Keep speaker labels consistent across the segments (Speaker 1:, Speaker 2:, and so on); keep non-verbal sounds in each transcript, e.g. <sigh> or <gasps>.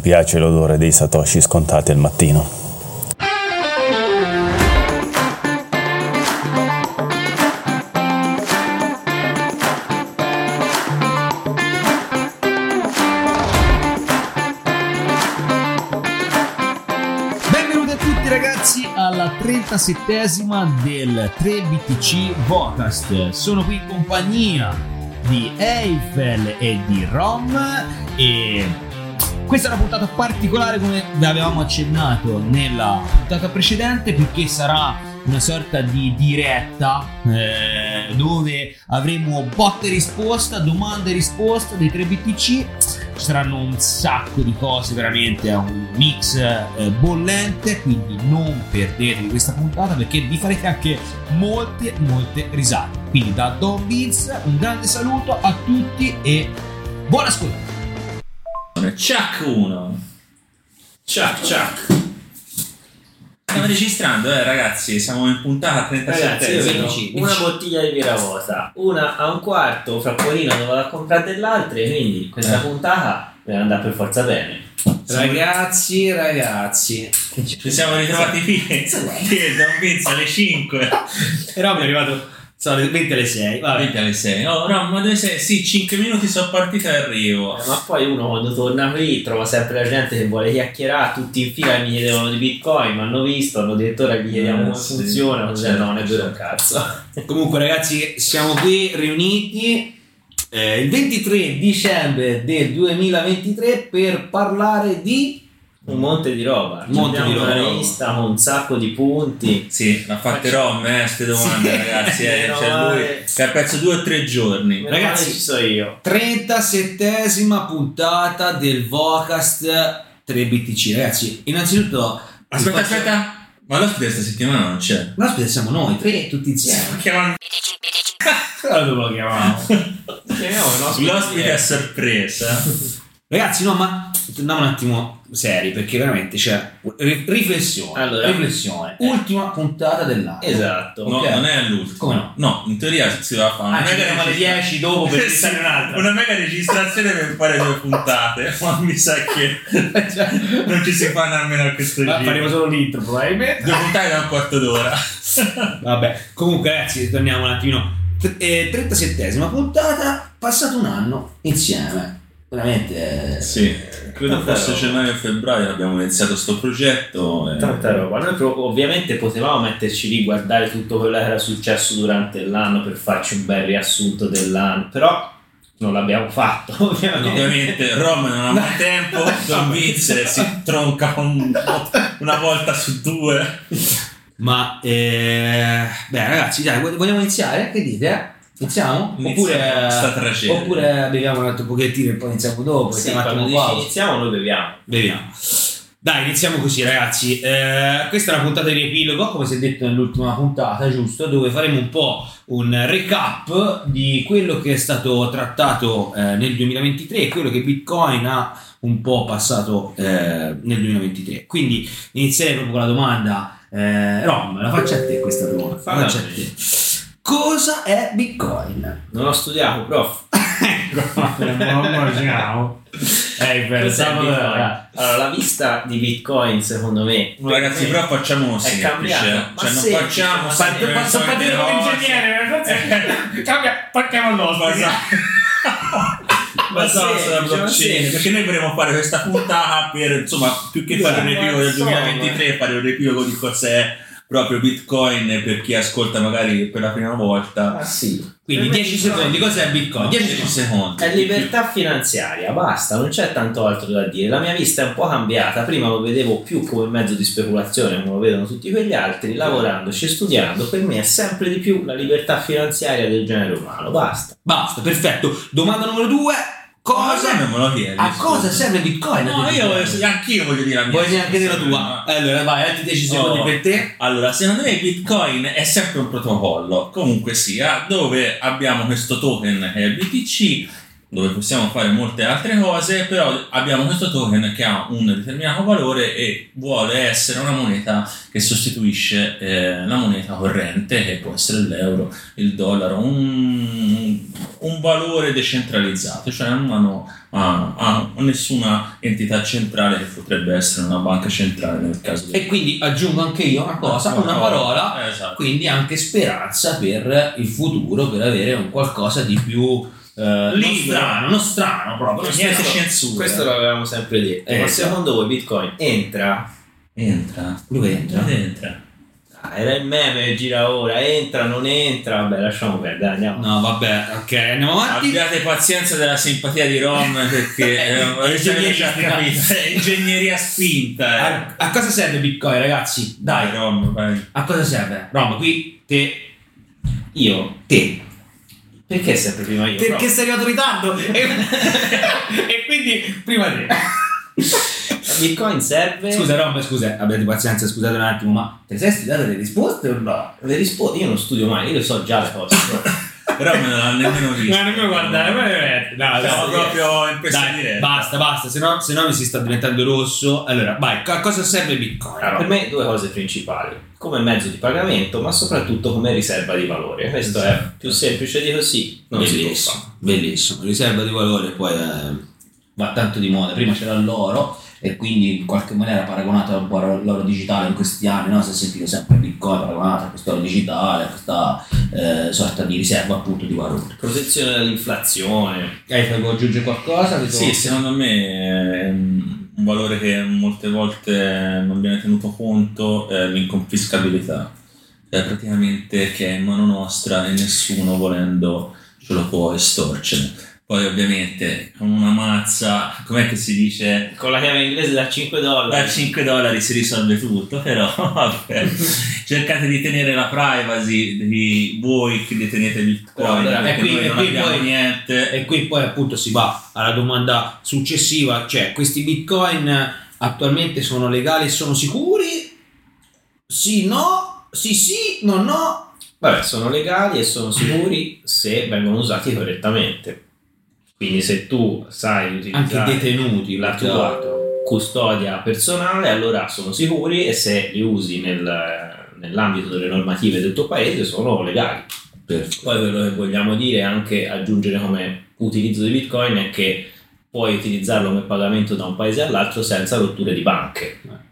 Speaker 1: piace l'odore dei satoshi scontati al mattino.
Speaker 2: Benvenuti a tutti ragazzi alla 37esima del 3BTC Vocast. Sono qui in compagnia di Eiffel e di Rom e questa è una puntata particolare come vi avevamo accennato nella puntata precedente perché sarà una sorta di diretta eh, dove avremo botte e risposta, domande e risposta dei 3BTC ci saranno un sacco di cose veramente è un mix eh, bollente quindi non perdetevi questa puntata perché vi farete anche molte molte risate quindi da Don Vince un grande saluto a tutti e buon ascolto
Speaker 3: Chuck 1 Chuck Chuck Stiamo registrando eh ragazzi Siamo in puntata 37
Speaker 4: Ragazzi, io vedo una bottiglia di birra vuota, una a un quarto, fra Polino ne vado a comprare dell'altra, quindi questa
Speaker 3: Eh.
Speaker 4: puntata deve andare per forza bene.
Speaker 5: Ragazzi, ragazzi.
Speaker 3: Ci siamo ritrovati fine Fine da un pizzo alle 5
Speaker 5: Però mi è arrivato. Sono le 20 alle 6. Vabbè.
Speaker 3: Venti alle 6 Oh no ma dove sei? Sì 5 minuti sono partito e arrivo
Speaker 4: Eh, Ma poi uno quando torna qui trova sempre la gente che vuole chiacchierare, tutti in fila mi chiedevano di bitcoin, mi hanno visto, hanno detto ora gli chiediamo
Speaker 3: Eh,
Speaker 4: come
Speaker 3: sì.
Speaker 4: funziona, così
Speaker 3: Certo,
Speaker 4: no, non è vero un
Speaker 3: certo.
Speaker 4: cazzo.
Speaker 5: Comunque, ragazzi, siamo qui riuniti eh, il 23 dicembre del 2023 per parlare di.
Speaker 4: Un monte di roba,
Speaker 5: Un monte di
Speaker 4: Abbiamo
Speaker 5: roba.
Speaker 4: una lista con un sacco di punti.
Speaker 3: Sì l'ha fatte Rom eh Ste domande
Speaker 5: Sì.
Speaker 3: ragazzi eh.
Speaker 4: Meno
Speaker 3: C'è lui
Speaker 4: male.
Speaker 3: Che ha perso 2 o 3 giorni
Speaker 4: Meno
Speaker 5: Ragazzi-
Speaker 4: male ci sono io.
Speaker 5: 37esima puntata del Vocast 3BTC. Ragazzi, innanzitutto.
Speaker 3: Aspetta
Speaker 5: vi faccio-
Speaker 3: aspetta Ma l'ospite questa settimana non c'è
Speaker 5: No, aspetta, siamo noi tre, tutti insieme.
Speaker 3: Chiamano
Speaker 5: Allora dove lo chiamavamo?
Speaker 4: <laughs> Chiamiamo il
Speaker 5: Ah,
Speaker 4: nostro
Speaker 3: L'ospite
Speaker 5: eh.
Speaker 3: a sorpresa
Speaker 5: Ragazzi, no, ma torniamo un attimo seri perché veramente c'è ri- riflessione.
Speaker 4: Allora.
Speaker 5: riflessione.
Speaker 4: Eh.
Speaker 5: Ultima puntata dell'anno.
Speaker 4: Esatto.
Speaker 3: No,
Speaker 5: Ok.
Speaker 3: non è l'ultimo.
Speaker 5: Come no?
Speaker 3: in teoria si va a fare una
Speaker 5: Ah, ci
Speaker 3: mega
Speaker 5: vediamo alle
Speaker 3: registra-
Speaker 5: 10 dopo per
Speaker 3: Sì,
Speaker 5: registrare un'altra.
Speaker 3: Una mega registrazione per fare
Speaker 5: <laughs>
Speaker 3: due puntate, ma mi sa che
Speaker 5: Cioè,
Speaker 3: non ci si fa nemmeno a questo
Speaker 5: ma
Speaker 3: giro.
Speaker 5: faremo solo l'intro probabilmente.
Speaker 3: Due puntate da un quarto d'ora.
Speaker 5: Vabbè, comunque ragazzi, torniamo un attimino. T- eh, 37esima puntata, passato un anno insieme. Veramente... eh,
Speaker 3: credo
Speaker 4: Tanta
Speaker 3: fosse
Speaker 4: roba.
Speaker 3: gennaio e febbraio abbiamo iniziato sto progetto. eh. e-
Speaker 4: Tanta roba, noi pro- ovviamente potevamo metterci lì, guardare tutto quello che era successo durante l'anno per farci un bel riassunto dell'anno, però non l'abbiamo fatto <laughs> ovviamente.
Speaker 3: Ovviamente Rom non ha
Speaker 5: <laughs>
Speaker 3: mai tempo, Don Vince si tronca un- una volta su due.
Speaker 5: Ma... eh, beh ragazzi, dai, vog- vogliamo iniziare? Che dite? eh? Iniziamo?
Speaker 3: Iniziamo
Speaker 5: oppure,
Speaker 3: sta tragedia.
Speaker 5: oppure beviamo un altro pochettino e poi iniziamo dopo.
Speaker 4: Sì,
Speaker 5: siamo un
Speaker 4: quando
Speaker 5: attimo
Speaker 4: dici
Speaker 5: qua.
Speaker 4: iniziamo noi beviamo.
Speaker 5: Vediamo. Dai, iniziamo così, ragazzi. Eh, questa è una puntata di riepilogo, come si è detto nell'ultima puntata, giusto? Dove faremo un po' un recap di quello che è stato trattato eh, nel 2023 e quello che Bitcoin ha un po' passato eh, nel 2023. Quindi inizierei proprio con la domanda. Eh, Rom, la faccio a te questa domanda. La faccio a te. Cosa è <laughs> Bitcoin?
Speaker 4: Non ho studiato, prof.
Speaker 5: Eh,
Speaker 4: Cos'è
Speaker 5: pensavo
Speaker 4: Bitcoin? Allora, la vista di Bitcoin secondo me...
Speaker 3: Ragazzi, però facciamo
Speaker 4: è
Speaker 3: semplice.
Speaker 4: cambiato,
Speaker 3: Cioè,
Speaker 4: ma
Speaker 3: non
Speaker 4: semplice,
Speaker 3: facciamo
Speaker 4: ma
Speaker 3: sempre
Speaker 4: semplice.
Speaker 3: le solite
Speaker 5: <laughs>
Speaker 3: cose.
Speaker 5: Cambia, partiamo all'ospite.
Speaker 3: Ma sono
Speaker 4: sì,
Speaker 3: sulla
Speaker 4: diciamo
Speaker 3: blockchain
Speaker 4: sì.
Speaker 3: perché noi vorremmo fare questa puntata per insomma più che fare un riepilogo del 2023 fare un riepilogo di cos'è proprio Bitcoin per chi ascolta magari per la prima volta
Speaker 4: Ah sì.
Speaker 5: Quindi
Speaker 4: Per me
Speaker 5: 10
Speaker 4: Bitcoin
Speaker 5: secondi, cos'è Bitcoin?
Speaker 3: 10
Speaker 5: 10 secondi.
Speaker 3: secondi
Speaker 4: È libertà finanziaria, basta, non c'è tanto altro da dire. La mia vista è un po' cambiata, prima lo vedevo più come mezzo di speculazione, come lo vedono tutti quegli altri, lavorandoci e studiando, per me è sempre di più la libertà finanziaria del genere umano, basta.
Speaker 5: Basta, perfetto. Domanda numero 2.
Speaker 3: cosa
Speaker 5: Cosa
Speaker 3: non me lo chiedi
Speaker 5: a cosa
Speaker 3: scusa?
Speaker 5: serve Bitcoin?
Speaker 3: no io anch'io voglio dire la mia
Speaker 5: Vuoi dire anche della
Speaker 3: No.
Speaker 5: tua? Allora, vai, altri 10 secondi
Speaker 3: Oh.
Speaker 5: per te.
Speaker 3: Allora, secondo me Bitcoin è sempre un protocollo, comunque sia, dove abbiamo questo token che è BTC dove possiamo fare molte altre cose, però abbiamo questo token che ha un determinato valore e vuole essere una moneta che sostituisce eh, la moneta corrente, che può essere l'euro, il dollaro, un, un valore decentralizzato, cioè non hanno a, a nessuna entità centrale che potrebbe essere una banca centrale nel caso di...
Speaker 5: E quindi aggiungo anche io una cosa,
Speaker 3: Oh.
Speaker 5: una parola,
Speaker 3: Esatto.
Speaker 5: quindi anche speranza per il futuro, per avere un qualcosa di più eh, non
Speaker 3: Libero.
Speaker 5: strano, non strano proprio,
Speaker 3: Questo
Speaker 5: niente
Speaker 3: è censura.
Speaker 4: Questo l'avevamo sempre detto.
Speaker 5: Eh,
Speaker 4: ma
Speaker 5: sì.
Speaker 4: secondo voi Bitcoin entra?
Speaker 3: Entra.
Speaker 5: Lui entra.
Speaker 3: Entra.
Speaker 4: Ah, era il meme, gira ora, entra, non entra. Vabbè, lasciamo perdere, andiamo.
Speaker 5: No, vabbè, ok, andiamo avanti.
Speaker 3: Abbiate pazienza della simpatia di Ron perché
Speaker 5: Eh,
Speaker 3: <laughs> eh, avete già
Speaker 5: ingegneristica.
Speaker 3: capito. È ingegneria spinta. eh.
Speaker 5: A, a cosa serve Bitcoin, ragazzi?
Speaker 3: Dai
Speaker 5: Dai,
Speaker 3: Ron, vai.
Speaker 5: a cosa serve? Roma, qui te,
Speaker 4: Io,
Speaker 5: te.
Speaker 4: perché sempre prima io?
Speaker 5: Perché sei arrivato in ritardo <laughs> e, e quindi prima te.
Speaker 4: Però Bitcoin serve.
Speaker 5: Scusa, Rom, scusa, abbiate pazienza, scusate un attimo, ma te sei studiato le risposte o no?
Speaker 4: Le risposte, io non studio mai, io so già le cose.
Speaker 3: Ron non l'ha nemmeno visto.
Speaker 5: No, nemmeno guardare, ma veramente, no,
Speaker 3: Siamo
Speaker 5: dai.
Speaker 3: proprio in questa
Speaker 5: Dai,
Speaker 3: diretta.
Speaker 5: basta, basta, se no, se no mi si sta diventando rosso. Allora, vai, a cosa serve Bitcoin?
Speaker 4: Allora, per
Speaker 5: Rom?
Speaker 4: me due cose principali, come mezzo di pagamento, ma soprattutto come riserva di valore. Questo è più semplice di così, non si può fare.
Speaker 5: Bellissimo, bellissimo. Riserva di valore poi eh, va tanto di moda. Prima c'era l'oro e quindi in qualche maniera paragonato un po' all'oro digitale in questi anni, no? si è sentito sempre Bitcoin paragonato a quest'oro digitale, a questa eh, sorta di riserva appunto di valore.
Speaker 4: Protezione dall'inflazione.
Speaker 5: Hai vuoi aggiungere qualcosa? Che
Speaker 3: Sì, secondo me è un un valore che molte volte non viene tenuto conto è l'inconfiscabilità. Cioè, praticamente che è in mano nostra e nessuno volendo ce lo può estorcere. Poi ovviamente con una mazza, com'è che si dice?
Speaker 4: Con la chiave inglese da 5
Speaker 3: da
Speaker 4: dollari.
Speaker 3: 5 dollari si risolve tutto, però <laughs> vabbè. cercate di tenere la privacy di voi che detenete
Speaker 5: Però,
Speaker 3: Bitcoin,
Speaker 5: allora, e
Speaker 3: perché
Speaker 5: qui-
Speaker 3: noi
Speaker 5: e
Speaker 3: non
Speaker 5: qui
Speaker 3: abbiamo
Speaker 5: poi-
Speaker 3: niente.
Speaker 5: E qui poi appunto si va alla domanda successiva, cioè questi bitcoin eh, attualmente sono legali e sono sicuri? Sì, no, sì, sì, no, no.
Speaker 4: Vabbè, sono legali e sono sicuri se vengono usati correttamente. Quindi se tu sai
Speaker 5: Anche
Speaker 4: utilizzare
Speaker 5: detenuti,
Speaker 4: la tua custodia personale, allora sono sicuri e se li usi nel- nell'ambito delle normative del tuo paese sono legali. Poi quello che vogliamo dire e anche aggiungere come utilizzo di Bitcoin è che puoi utilizzarlo come pagamento da un paese all'altro senza rotture di banche. No?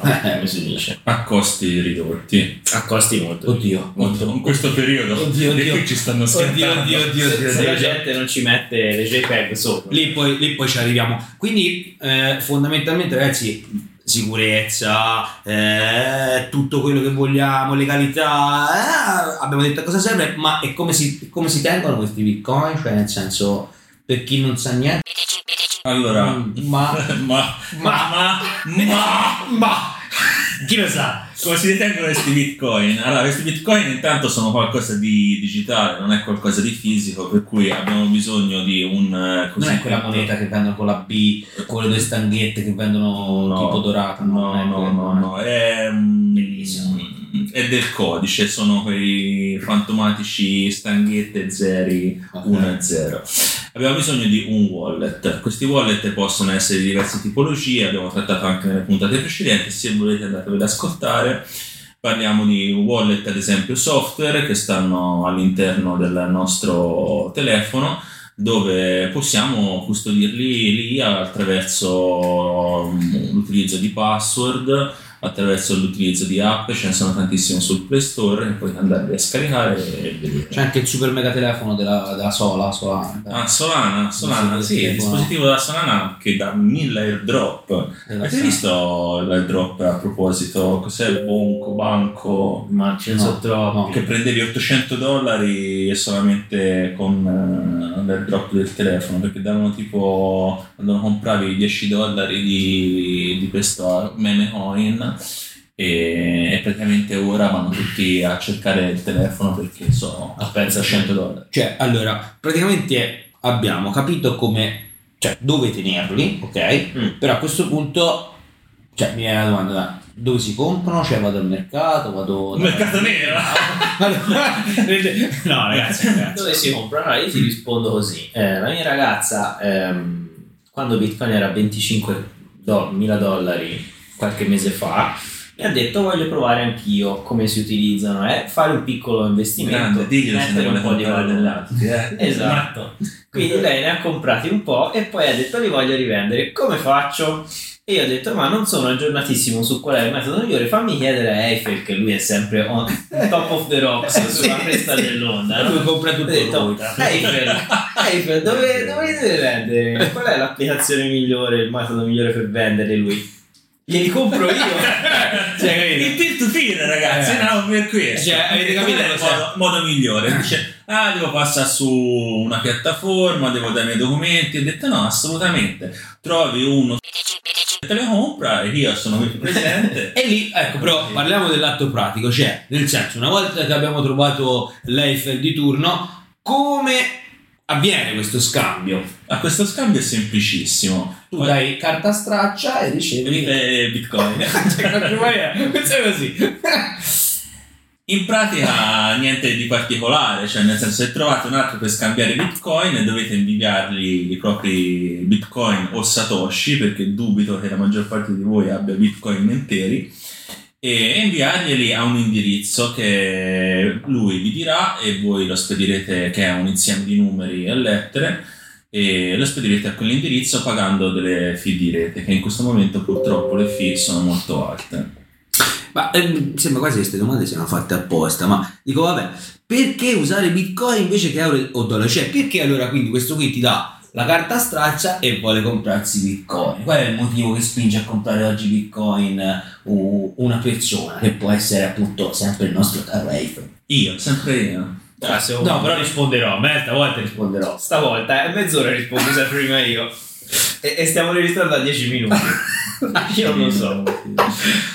Speaker 5: Eh.
Speaker 4: Come si dice?
Speaker 3: A costi ridotti.
Speaker 4: A costi molto.
Speaker 5: Oddio.
Speaker 3: Molto- In questo periodo
Speaker 5: Oddio,
Speaker 3: le
Speaker 5: oddio.
Speaker 3: qui ci stanno schiantando.
Speaker 4: Se se la gente non ci mette le JPEG sopra.
Speaker 5: Lì poi, lì poi ci arriviamo. Quindi eh, fondamentalmente ragazzi, sicurezza, eh, tutto quello che vogliamo, legalità, eh, abbiamo detto a cosa serve, ma e come si, come si tengono questi bitcoin? Cioè nel senso, per chi non sa niente,
Speaker 3: Allora,
Speaker 5: ma...
Speaker 3: ma,
Speaker 5: Mm. Ma-
Speaker 3: ma, ma, ma,
Speaker 5: ma chi lo sa?
Speaker 3: come si detengono questi bitcoin? Allora, questi bitcoin intanto sono qualcosa di digitale, non è qualcosa di fisico, per cui abbiamo bisogno di un... eh,
Speaker 5: Non è
Speaker 3: cosiddetto-
Speaker 5: quella moneta che vendono con la B, con le due stanghette che vendono
Speaker 3: No,
Speaker 5: tipo dorata.
Speaker 3: No,
Speaker 5: non è
Speaker 3: no,
Speaker 5: quello,
Speaker 3: no,
Speaker 5: eh.
Speaker 3: no, è, mm,
Speaker 5: Bellissimo.
Speaker 3: è del codice, sono quei fantomatici stanghette 0,
Speaker 5: Ok.
Speaker 3: 1 e 0. Abbiamo bisogno di un wallet. Questi wallet possono essere di diverse tipologie, abbiamo trattato anche nelle puntate precedenti, se volete andatevele ad ascoltare. Parliamo di wallet, ad esempio, software che stanno all'interno del nostro telefono dove possiamo custodirli lì attraverso mm, l'utilizzo di password, attraverso l'utilizzo di app, ce ne sono tantissime sul Play Store che puoi andarli a scaricare e vedere.
Speaker 5: C'è anche il super mega telefono della, della Sola, Sola.
Speaker 3: Ah, Solana, Solana,
Speaker 5: Sì,
Speaker 3: sì,
Speaker 5: sì,
Speaker 3: il dispositivo della Solana che dà 1000 airdrop.
Speaker 5: della
Speaker 3: Avete
Speaker 5: Sola.
Speaker 3: visto l'airdrop a proposito? Cos'è il Bonco Banco?
Speaker 4: Ma ce ne sono
Speaker 5: No,
Speaker 4: troppi.
Speaker 5: no.
Speaker 3: Che prendevi 800 dollari e solamente con eh, l'airdrop del telefono perché davano tipo quando compravi 10 dollari di, di questo meme coin e, e praticamente ora vanno tutti a cercare il telefono perché sono a pensa 100 dollari
Speaker 5: Cioè, allora, praticamente abbiamo capito come, cioè, dove tenerli, ok?
Speaker 4: Mm.
Speaker 5: Però a questo punto, cioè, mi viene la domanda, dai, dove si comprano, cioè vado al mercato, vado...
Speaker 3: Un
Speaker 5: <laughs>
Speaker 3: mercato nero!
Speaker 5: Vado- no ragazzi, ragazzi.
Speaker 4: Dove si compra? Allora io ti rispondo così. Eh, la mia ragazza, ehm, quando Bitcoin era 25 do- mila dollari qualche mese fa, mi ha detto voglio provare anch'io come si utilizzano, eh, fare un piccolo investimento,
Speaker 3: Grande, diglielo se ne
Speaker 4: mettere
Speaker 3: vuole
Speaker 4: un po' di
Speaker 3: comprare
Speaker 4: valore.
Speaker 3: dell'altro. eh.
Speaker 4: Esatto. Quindi lei ne ha comprati un po' e poi ha detto li voglio rivendere. Come faccio? E io ho detto ma non sono aggiornatissimo su qual è il metodo migliore, fammi chiedere a Eiffel che lui è sempre on
Speaker 5: Eh.
Speaker 4: top of the rocks sulla cresta dell'onda. no?
Speaker 5: Dove compra
Speaker 4: Ho
Speaker 5: tutto
Speaker 4: detto,
Speaker 5: lui.
Speaker 4: Eiffel, Eiffel, dove, dove li deve vendere? Qual è l'applicazione migliore, il metodo migliore per vendere lui? Glieli compro io.
Speaker 5: <laughs> <laughs> Cioè, capito?
Speaker 3: Il peer to peer ragazzi,
Speaker 5: Eh.
Speaker 3: no, per questo.
Speaker 5: Cioè, avete capito
Speaker 3: Qual è il
Speaker 5: cosa-
Speaker 3: modo, modo migliore? Dice, ah, devo passare su una piattaforma, devo dare i miei documenti. Ho detto no, assolutamente. Trovi uno che te le compra e io sono qui
Speaker 4: <laughs>
Speaker 3: presente.
Speaker 5: E lì, ecco, però parliamo dell'atto pratico, cioè, nel senso, una volta che abbiamo trovato l'Eiffel di turno, come avviene questo scambio?
Speaker 3: A Ah, questo scambio è semplicissimo.
Speaker 5: Tu dai carta straccia e ricevi...
Speaker 3: Eh, Bitcoin.
Speaker 5: <laughs>
Speaker 4: <laughs>
Speaker 5: Cioè, in qualche maniera, questo è Cioè, così.
Speaker 3: In pratica niente di particolare, cioè nel senso se trovate un altro per scambiare bitcoin dovete inviargli i propri bitcoin o satoshi perché dubito che la maggior parte di voi abbia bitcoin interi e inviarglieli a un indirizzo che lui vi dirà e voi lo spedirete che è un insieme di numeri e lettere e lo spedirete a quell'indirizzo pagando delle fee di rete che in questo momento purtroppo le fee sono molto alte.
Speaker 5: <laughs> Ma ehm, sembra quasi che queste domande siano fatte apposta, ma dico vabbè, perché usare Bitcoin invece che euro o dollaro? Cioè, perché allora quindi questo qui ti dà la carta straccia e vuole comprarsi Bitcoin? Qual è il motivo che spinge a comprare oggi Bitcoin eh, u- una persona che può essere appunto sempre il nostro caro Eiffel?
Speaker 3: Io, sempre io.
Speaker 4: Ah, se-
Speaker 5: risponderò, me stavolta <laughs> risponderò.
Speaker 4: Stavolta è mezz'ora rispondo sempre prima io. E, e stiamo registrando a 10 minuti.
Speaker 5: <laughs>
Speaker 4: io non lo so.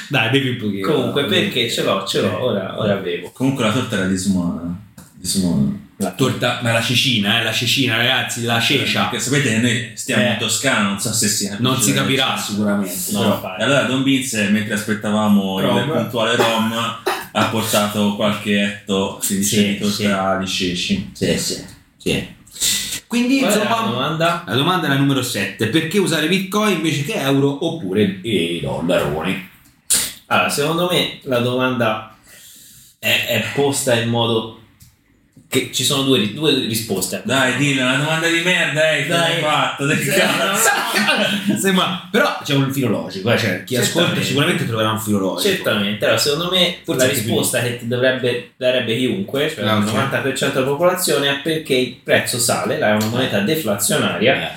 Speaker 5: Dai, bevi un pochino.
Speaker 4: Comunque, perché ce l'ho, ce l'ho, ora, ora bevo.
Speaker 3: Comunque la torta era eh. disumana. Disumana.
Speaker 5: La torta, ma la cecina, eh, la cecina ragazzi, la cecia.
Speaker 3: Perché sapete che noi stiamo
Speaker 5: Eh.
Speaker 3: in Toscana, non so se si capisce.
Speaker 5: Non si capirà sicuramente.
Speaker 3: No.
Speaker 5: però.
Speaker 3: E allora Don Vince, mentre aspettavamo il
Speaker 5: Rom.
Speaker 3: puntuale Rom, ha portato qualche etto, si dice,
Speaker 5: Sì,
Speaker 3: di torta di ceci.
Speaker 5: Sì, sì, sì. Quindi
Speaker 4: Qual è la
Speaker 5: insomma,
Speaker 4: domanda?
Speaker 5: la domanda è la numero 7, perché usare Bitcoin invece che euro oppure i
Speaker 4: <laughs>
Speaker 5: dollaroni?
Speaker 4: Allora, secondo me la domanda è, è posta in modo che ci sono due, ri- due risposte.
Speaker 3: Dai, dillo, una domanda di merda, eh, cosa
Speaker 4: Dai.
Speaker 3: hai fatto? Del cazzo.
Speaker 5: Sembra, però c'è un filo logico, eh, cioè chi ascolta
Speaker 4: Certamente.
Speaker 5: sicuramente troverà un filo logico.
Speaker 4: Certamente, allora secondo me
Speaker 5: Forse
Speaker 4: la
Speaker 5: anche più.
Speaker 4: risposta che ti dovrebbe darebbe chiunque, cioè
Speaker 5: Ah,
Speaker 4: il
Speaker 5: ok.
Speaker 4: 90% della popolazione, è perché il prezzo sale, la- è una moneta deflazionaria
Speaker 5: Eh,
Speaker 4: e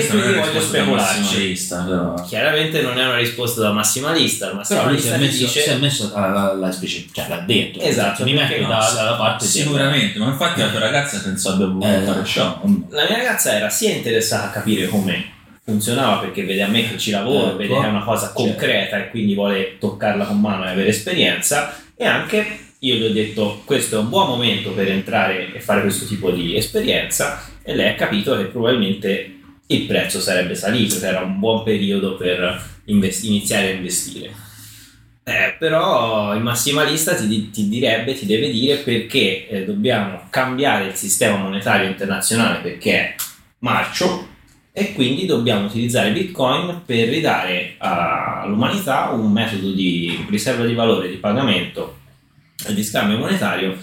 Speaker 3: Questa non è
Speaker 4: quindi
Speaker 3: una
Speaker 4: voglio
Speaker 3: risposta da
Speaker 4: specularci.
Speaker 3: massimalista, però.
Speaker 4: Chiaramente non è una risposta da massimalista, il
Speaker 5: Però lui si
Speaker 4: massimalista
Speaker 5: è
Speaker 4: ti
Speaker 5: messo,
Speaker 4: dice
Speaker 5: si è messo la, la, la specie, cioè l'ha detto.
Speaker 4: Esatto,
Speaker 5: mi metto
Speaker 4: perché
Speaker 5: da-
Speaker 4: no,
Speaker 5: dalla parte di-
Speaker 3: Sicuramente, ma infatti la tua ragazza penso abbia voluto
Speaker 5: Eh.
Speaker 3: fare ciò. o no?
Speaker 4: la mia ragazza era sia interessata a capire come funzionava perché vede a me che ci lavoro,
Speaker 5: Ecco.
Speaker 4: vede che è una cosa concreta e quindi vuole toccarla con mano e avere esperienza e anche io gli ho detto questo è un buon momento per entrare e fare questo tipo di esperienza e lei ha capito che probabilmente il prezzo sarebbe salito, che era un buon periodo per invest- iniziare a investire. Eh, però il massimalista ti, di- ti direbbe, ti deve dire perché eh, dobbiamo cambiare il sistema monetario internazionale perché è marcio e quindi dobbiamo utilizzare Bitcoin per ridare a- all'umanità un metodo di riserva di valore, di pagamento e di scambio monetario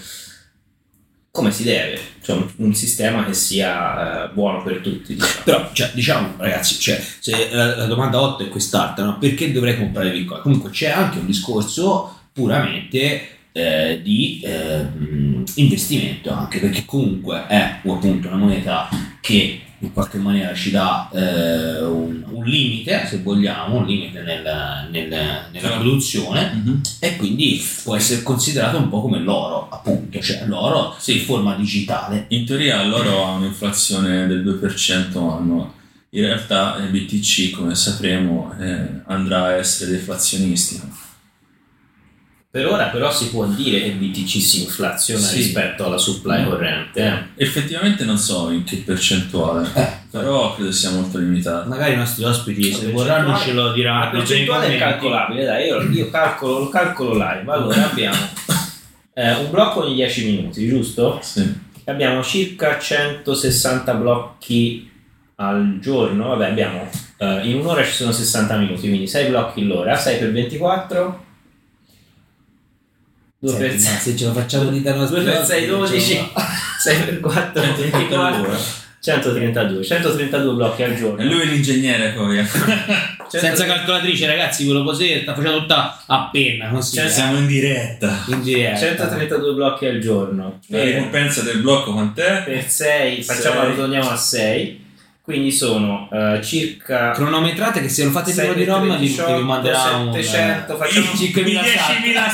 Speaker 4: come si deve, cioè un, un sistema che sia eh, buono per tutti. diciamo.
Speaker 5: Però, cioè, diciamo, ragazzi, cioè, se la, la domanda 8 è quest'altra, no? perché dovrei comprare Bitcoin? Comunque c'è anche un discorso puramente eh, di eh, mh, investimento, anche perché comunque è appunto una moneta che in qualche maniera ci dà eh, un, un limite, se vogliamo, un limite nel- nel- nella produzione
Speaker 3: Certo. Mhm.
Speaker 5: e quindi può essere considerato un po' come l'oro, appunto, cioè l'oro
Speaker 3: Sì.
Speaker 5: in forma digitale.
Speaker 3: In teoria loro hanno un'inflazione del 2% annuo, in realtà il eh, BTC come sapremo eh, andrà a essere deflazionistica.
Speaker 4: Per ora però si può dire che BTC si inflaziona
Speaker 3: Sì.
Speaker 4: rispetto alla supply
Speaker 3: Mm.
Speaker 4: corrente. eh.
Speaker 3: Effettivamente non so in che percentuale, però credo sia molto limitato.
Speaker 5: Magari i nostri ospiti, se
Speaker 4: La
Speaker 5: vorranno,
Speaker 4: percentuale-
Speaker 5: ce lo
Speaker 3: Ah,
Speaker 5: diranno.
Speaker 4: La percentuale è calcolabile, dai, io, io calcolo, lo calcolo live.
Speaker 3: <coughs>
Speaker 4: Allora abbiamo eh, un blocco ogni 10 minuti, giusto?
Speaker 3: Sì.
Speaker 4: Abbiamo circa 160 blocchi al giorno, vabbè abbiamo eh, in un'ora ci sono 60 minuti, quindi 6 blocchi l'ora, 6 per 24, 2 per 6.
Speaker 5: se ce lo facciamo di dare
Speaker 4: 2 per 6
Speaker 3: Cioè,
Speaker 4: 12 6 per 4 24 132 132 blocchi al giorno
Speaker 3: E lui è l'ingegnere poi. eh.
Speaker 5: Senza calcolatrice, ragazzi, ve lo così, sta facendo tutta a penna, così.
Speaker 4: Cioè,
Speaker 5: eh.
Speaker 3: Siamo in diretta.
Speaker 5: in diretta.
Speaker 4: 132 blocchi al giorno
Speaker 3: La
Speaker 4: per,
Speaker 3: ricompensa del blocco quant'è?
Speaker 4: per 6 facciamo
Speaker 3: Eh, Sei.
Speaker 4: torniamo a 6 quindi sono eh, circa
Speaker 5: cronometrate che se lo fate prima
Speaker 4: sei
Speaker 5: di
Speaker 4: per
Speaker 5: Roma vi, vi
Speaker 4: 18,
Speaker 5: manderà un eh,
Speaker 4: 700 facciamo
Speaker 5: Ih, 5.000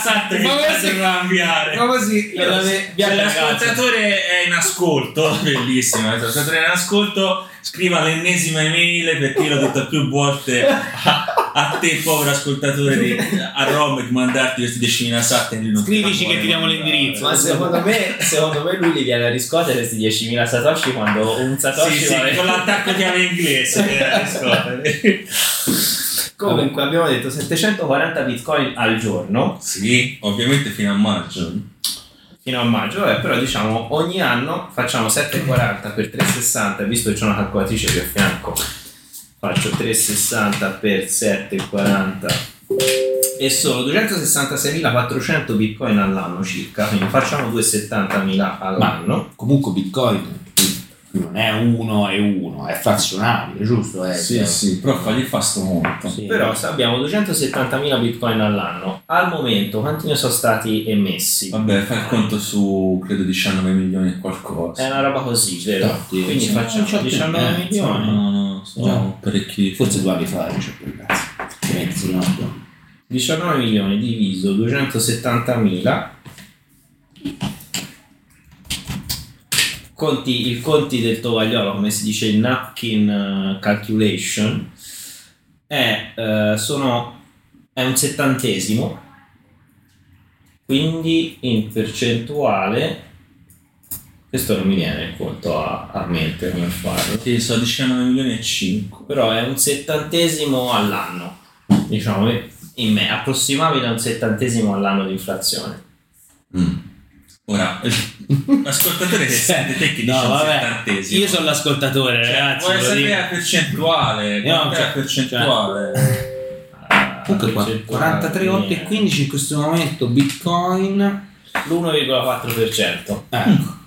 Speaker 3: sat
Speaker 5: Ma come si-
Speaker 3: cambiare.
Speaker 5: Ma così
Speaker 3: Allora, se se l'ascoltatore è in ascolto, <laughs> bellissimo, se l'ascoltatore è in ascolto, scriva l'ennesima email perché io l'ho detto più volte a, a te, povero ascoltatore di, a Rom, di mandarti questi 10.000 sat. e lui non te li
Speaker 5: Scrivici che
Speaker 3: vuole
Speaker 5: ti diamo
Speaker 3: mandare.
Speaker 5: l'indirizzo.
Speaker 4: ma secondo me, secondo me lui li viene a riscuotere questi 10.000 satoshi quando un satoshi
Speaker 3: Sì, sì,
Speaker 4: vale
Speaker 3: con l'attacco di Ale inglese. eh, che era Scott.
Speaker 4: <laughs> comunque abbiamo detto 740 bitcoin al giorno
Speaker 3: sì, ovviamente fino a maggio.
Speaker 4: fino a maggio, vabbè, però diciamo ogni anno facciamo 7,40 per 3,60, visto che c'è una calcolatrice qui a fianco, faccio 3,60 per 7,40 e sono 266.400 bitcoin all'anno circa, quindi facciamo 270.000 all'anno.
Speaker 5: comunque Bitcoin non è uno e uno, è frazionabile, giusto? È,
Speaker 3: Sì, sì, però fagli fa sto monto.
Speaker 4: Però se abbiamo 270.000 bitcoin all'anno, al momento quanti ne sono stati emessi?
Speaker 3: Vabbè, fai il conto su credo 19 milioni e qualcosa.
Speaker 4: È una roba così, vero?
Speaker 5: Infatti,
Speaker 4: Quindi
Speaker 5: sì.
Speaker 4: facciamo
Speaker 5: Non c'è più,
Speaker 4: 19
Speaker 5: eh,
Speaker 4: milioni.
Speaker 3: No, no, sono parecchi.
Speaker 5: forse due anni fa, non c'è più cazzo. Altrimenti se no, no.
Speaker 4: 19 milioni diviso 270.000 conti, il conti del tovagliolo come si dice il napkin eh, calculation è, eh, sono, è un settantesimo quindi in percentuale questo non mi viene il conto a, a mente come farlo
Speaker 3: Sì, sono 19 milioni e 5.
Speaker 4: però è un settantesimo all'anno, diciamo, in me, approssimabile a un settantesimo all'anno di inflazione.
Speaker 3: Mm. Ora, <laughs> ascoltatore che sente Eh, te che dice
Speaker 5: No,
Speaker 3: un
Speaker 5: vabbè,
Speaker 3: settantesimo.
Speaker 5: Io sono l'ascoltatore,
Speaker 3: Cioè,
Speaker 5: ragazzi.
Speaker 3: Vuole
Speaker 5: ve lo
Speaker 3: sapere
Speaker 5: dico.
Speaker 3: la percentuale? Qual
Speaker 5: No,
Speaker 3: è
Speaker 5: cioè,
Speaker 3: la percentuale?
Speaker 4: Ah,
Speaker 5: Comunque qua,
Speaker 4: percentuale
Speaker 5: 43, 8 e
Speaker 3: eh.
Speaker 4: viene
Speaker 5: 15 in questo momento Bitcoin.
Speaker 4: L'1,4%,
Speaker 5: Ecco.
Speaker 3: Mm,
Speaker 5: Sì.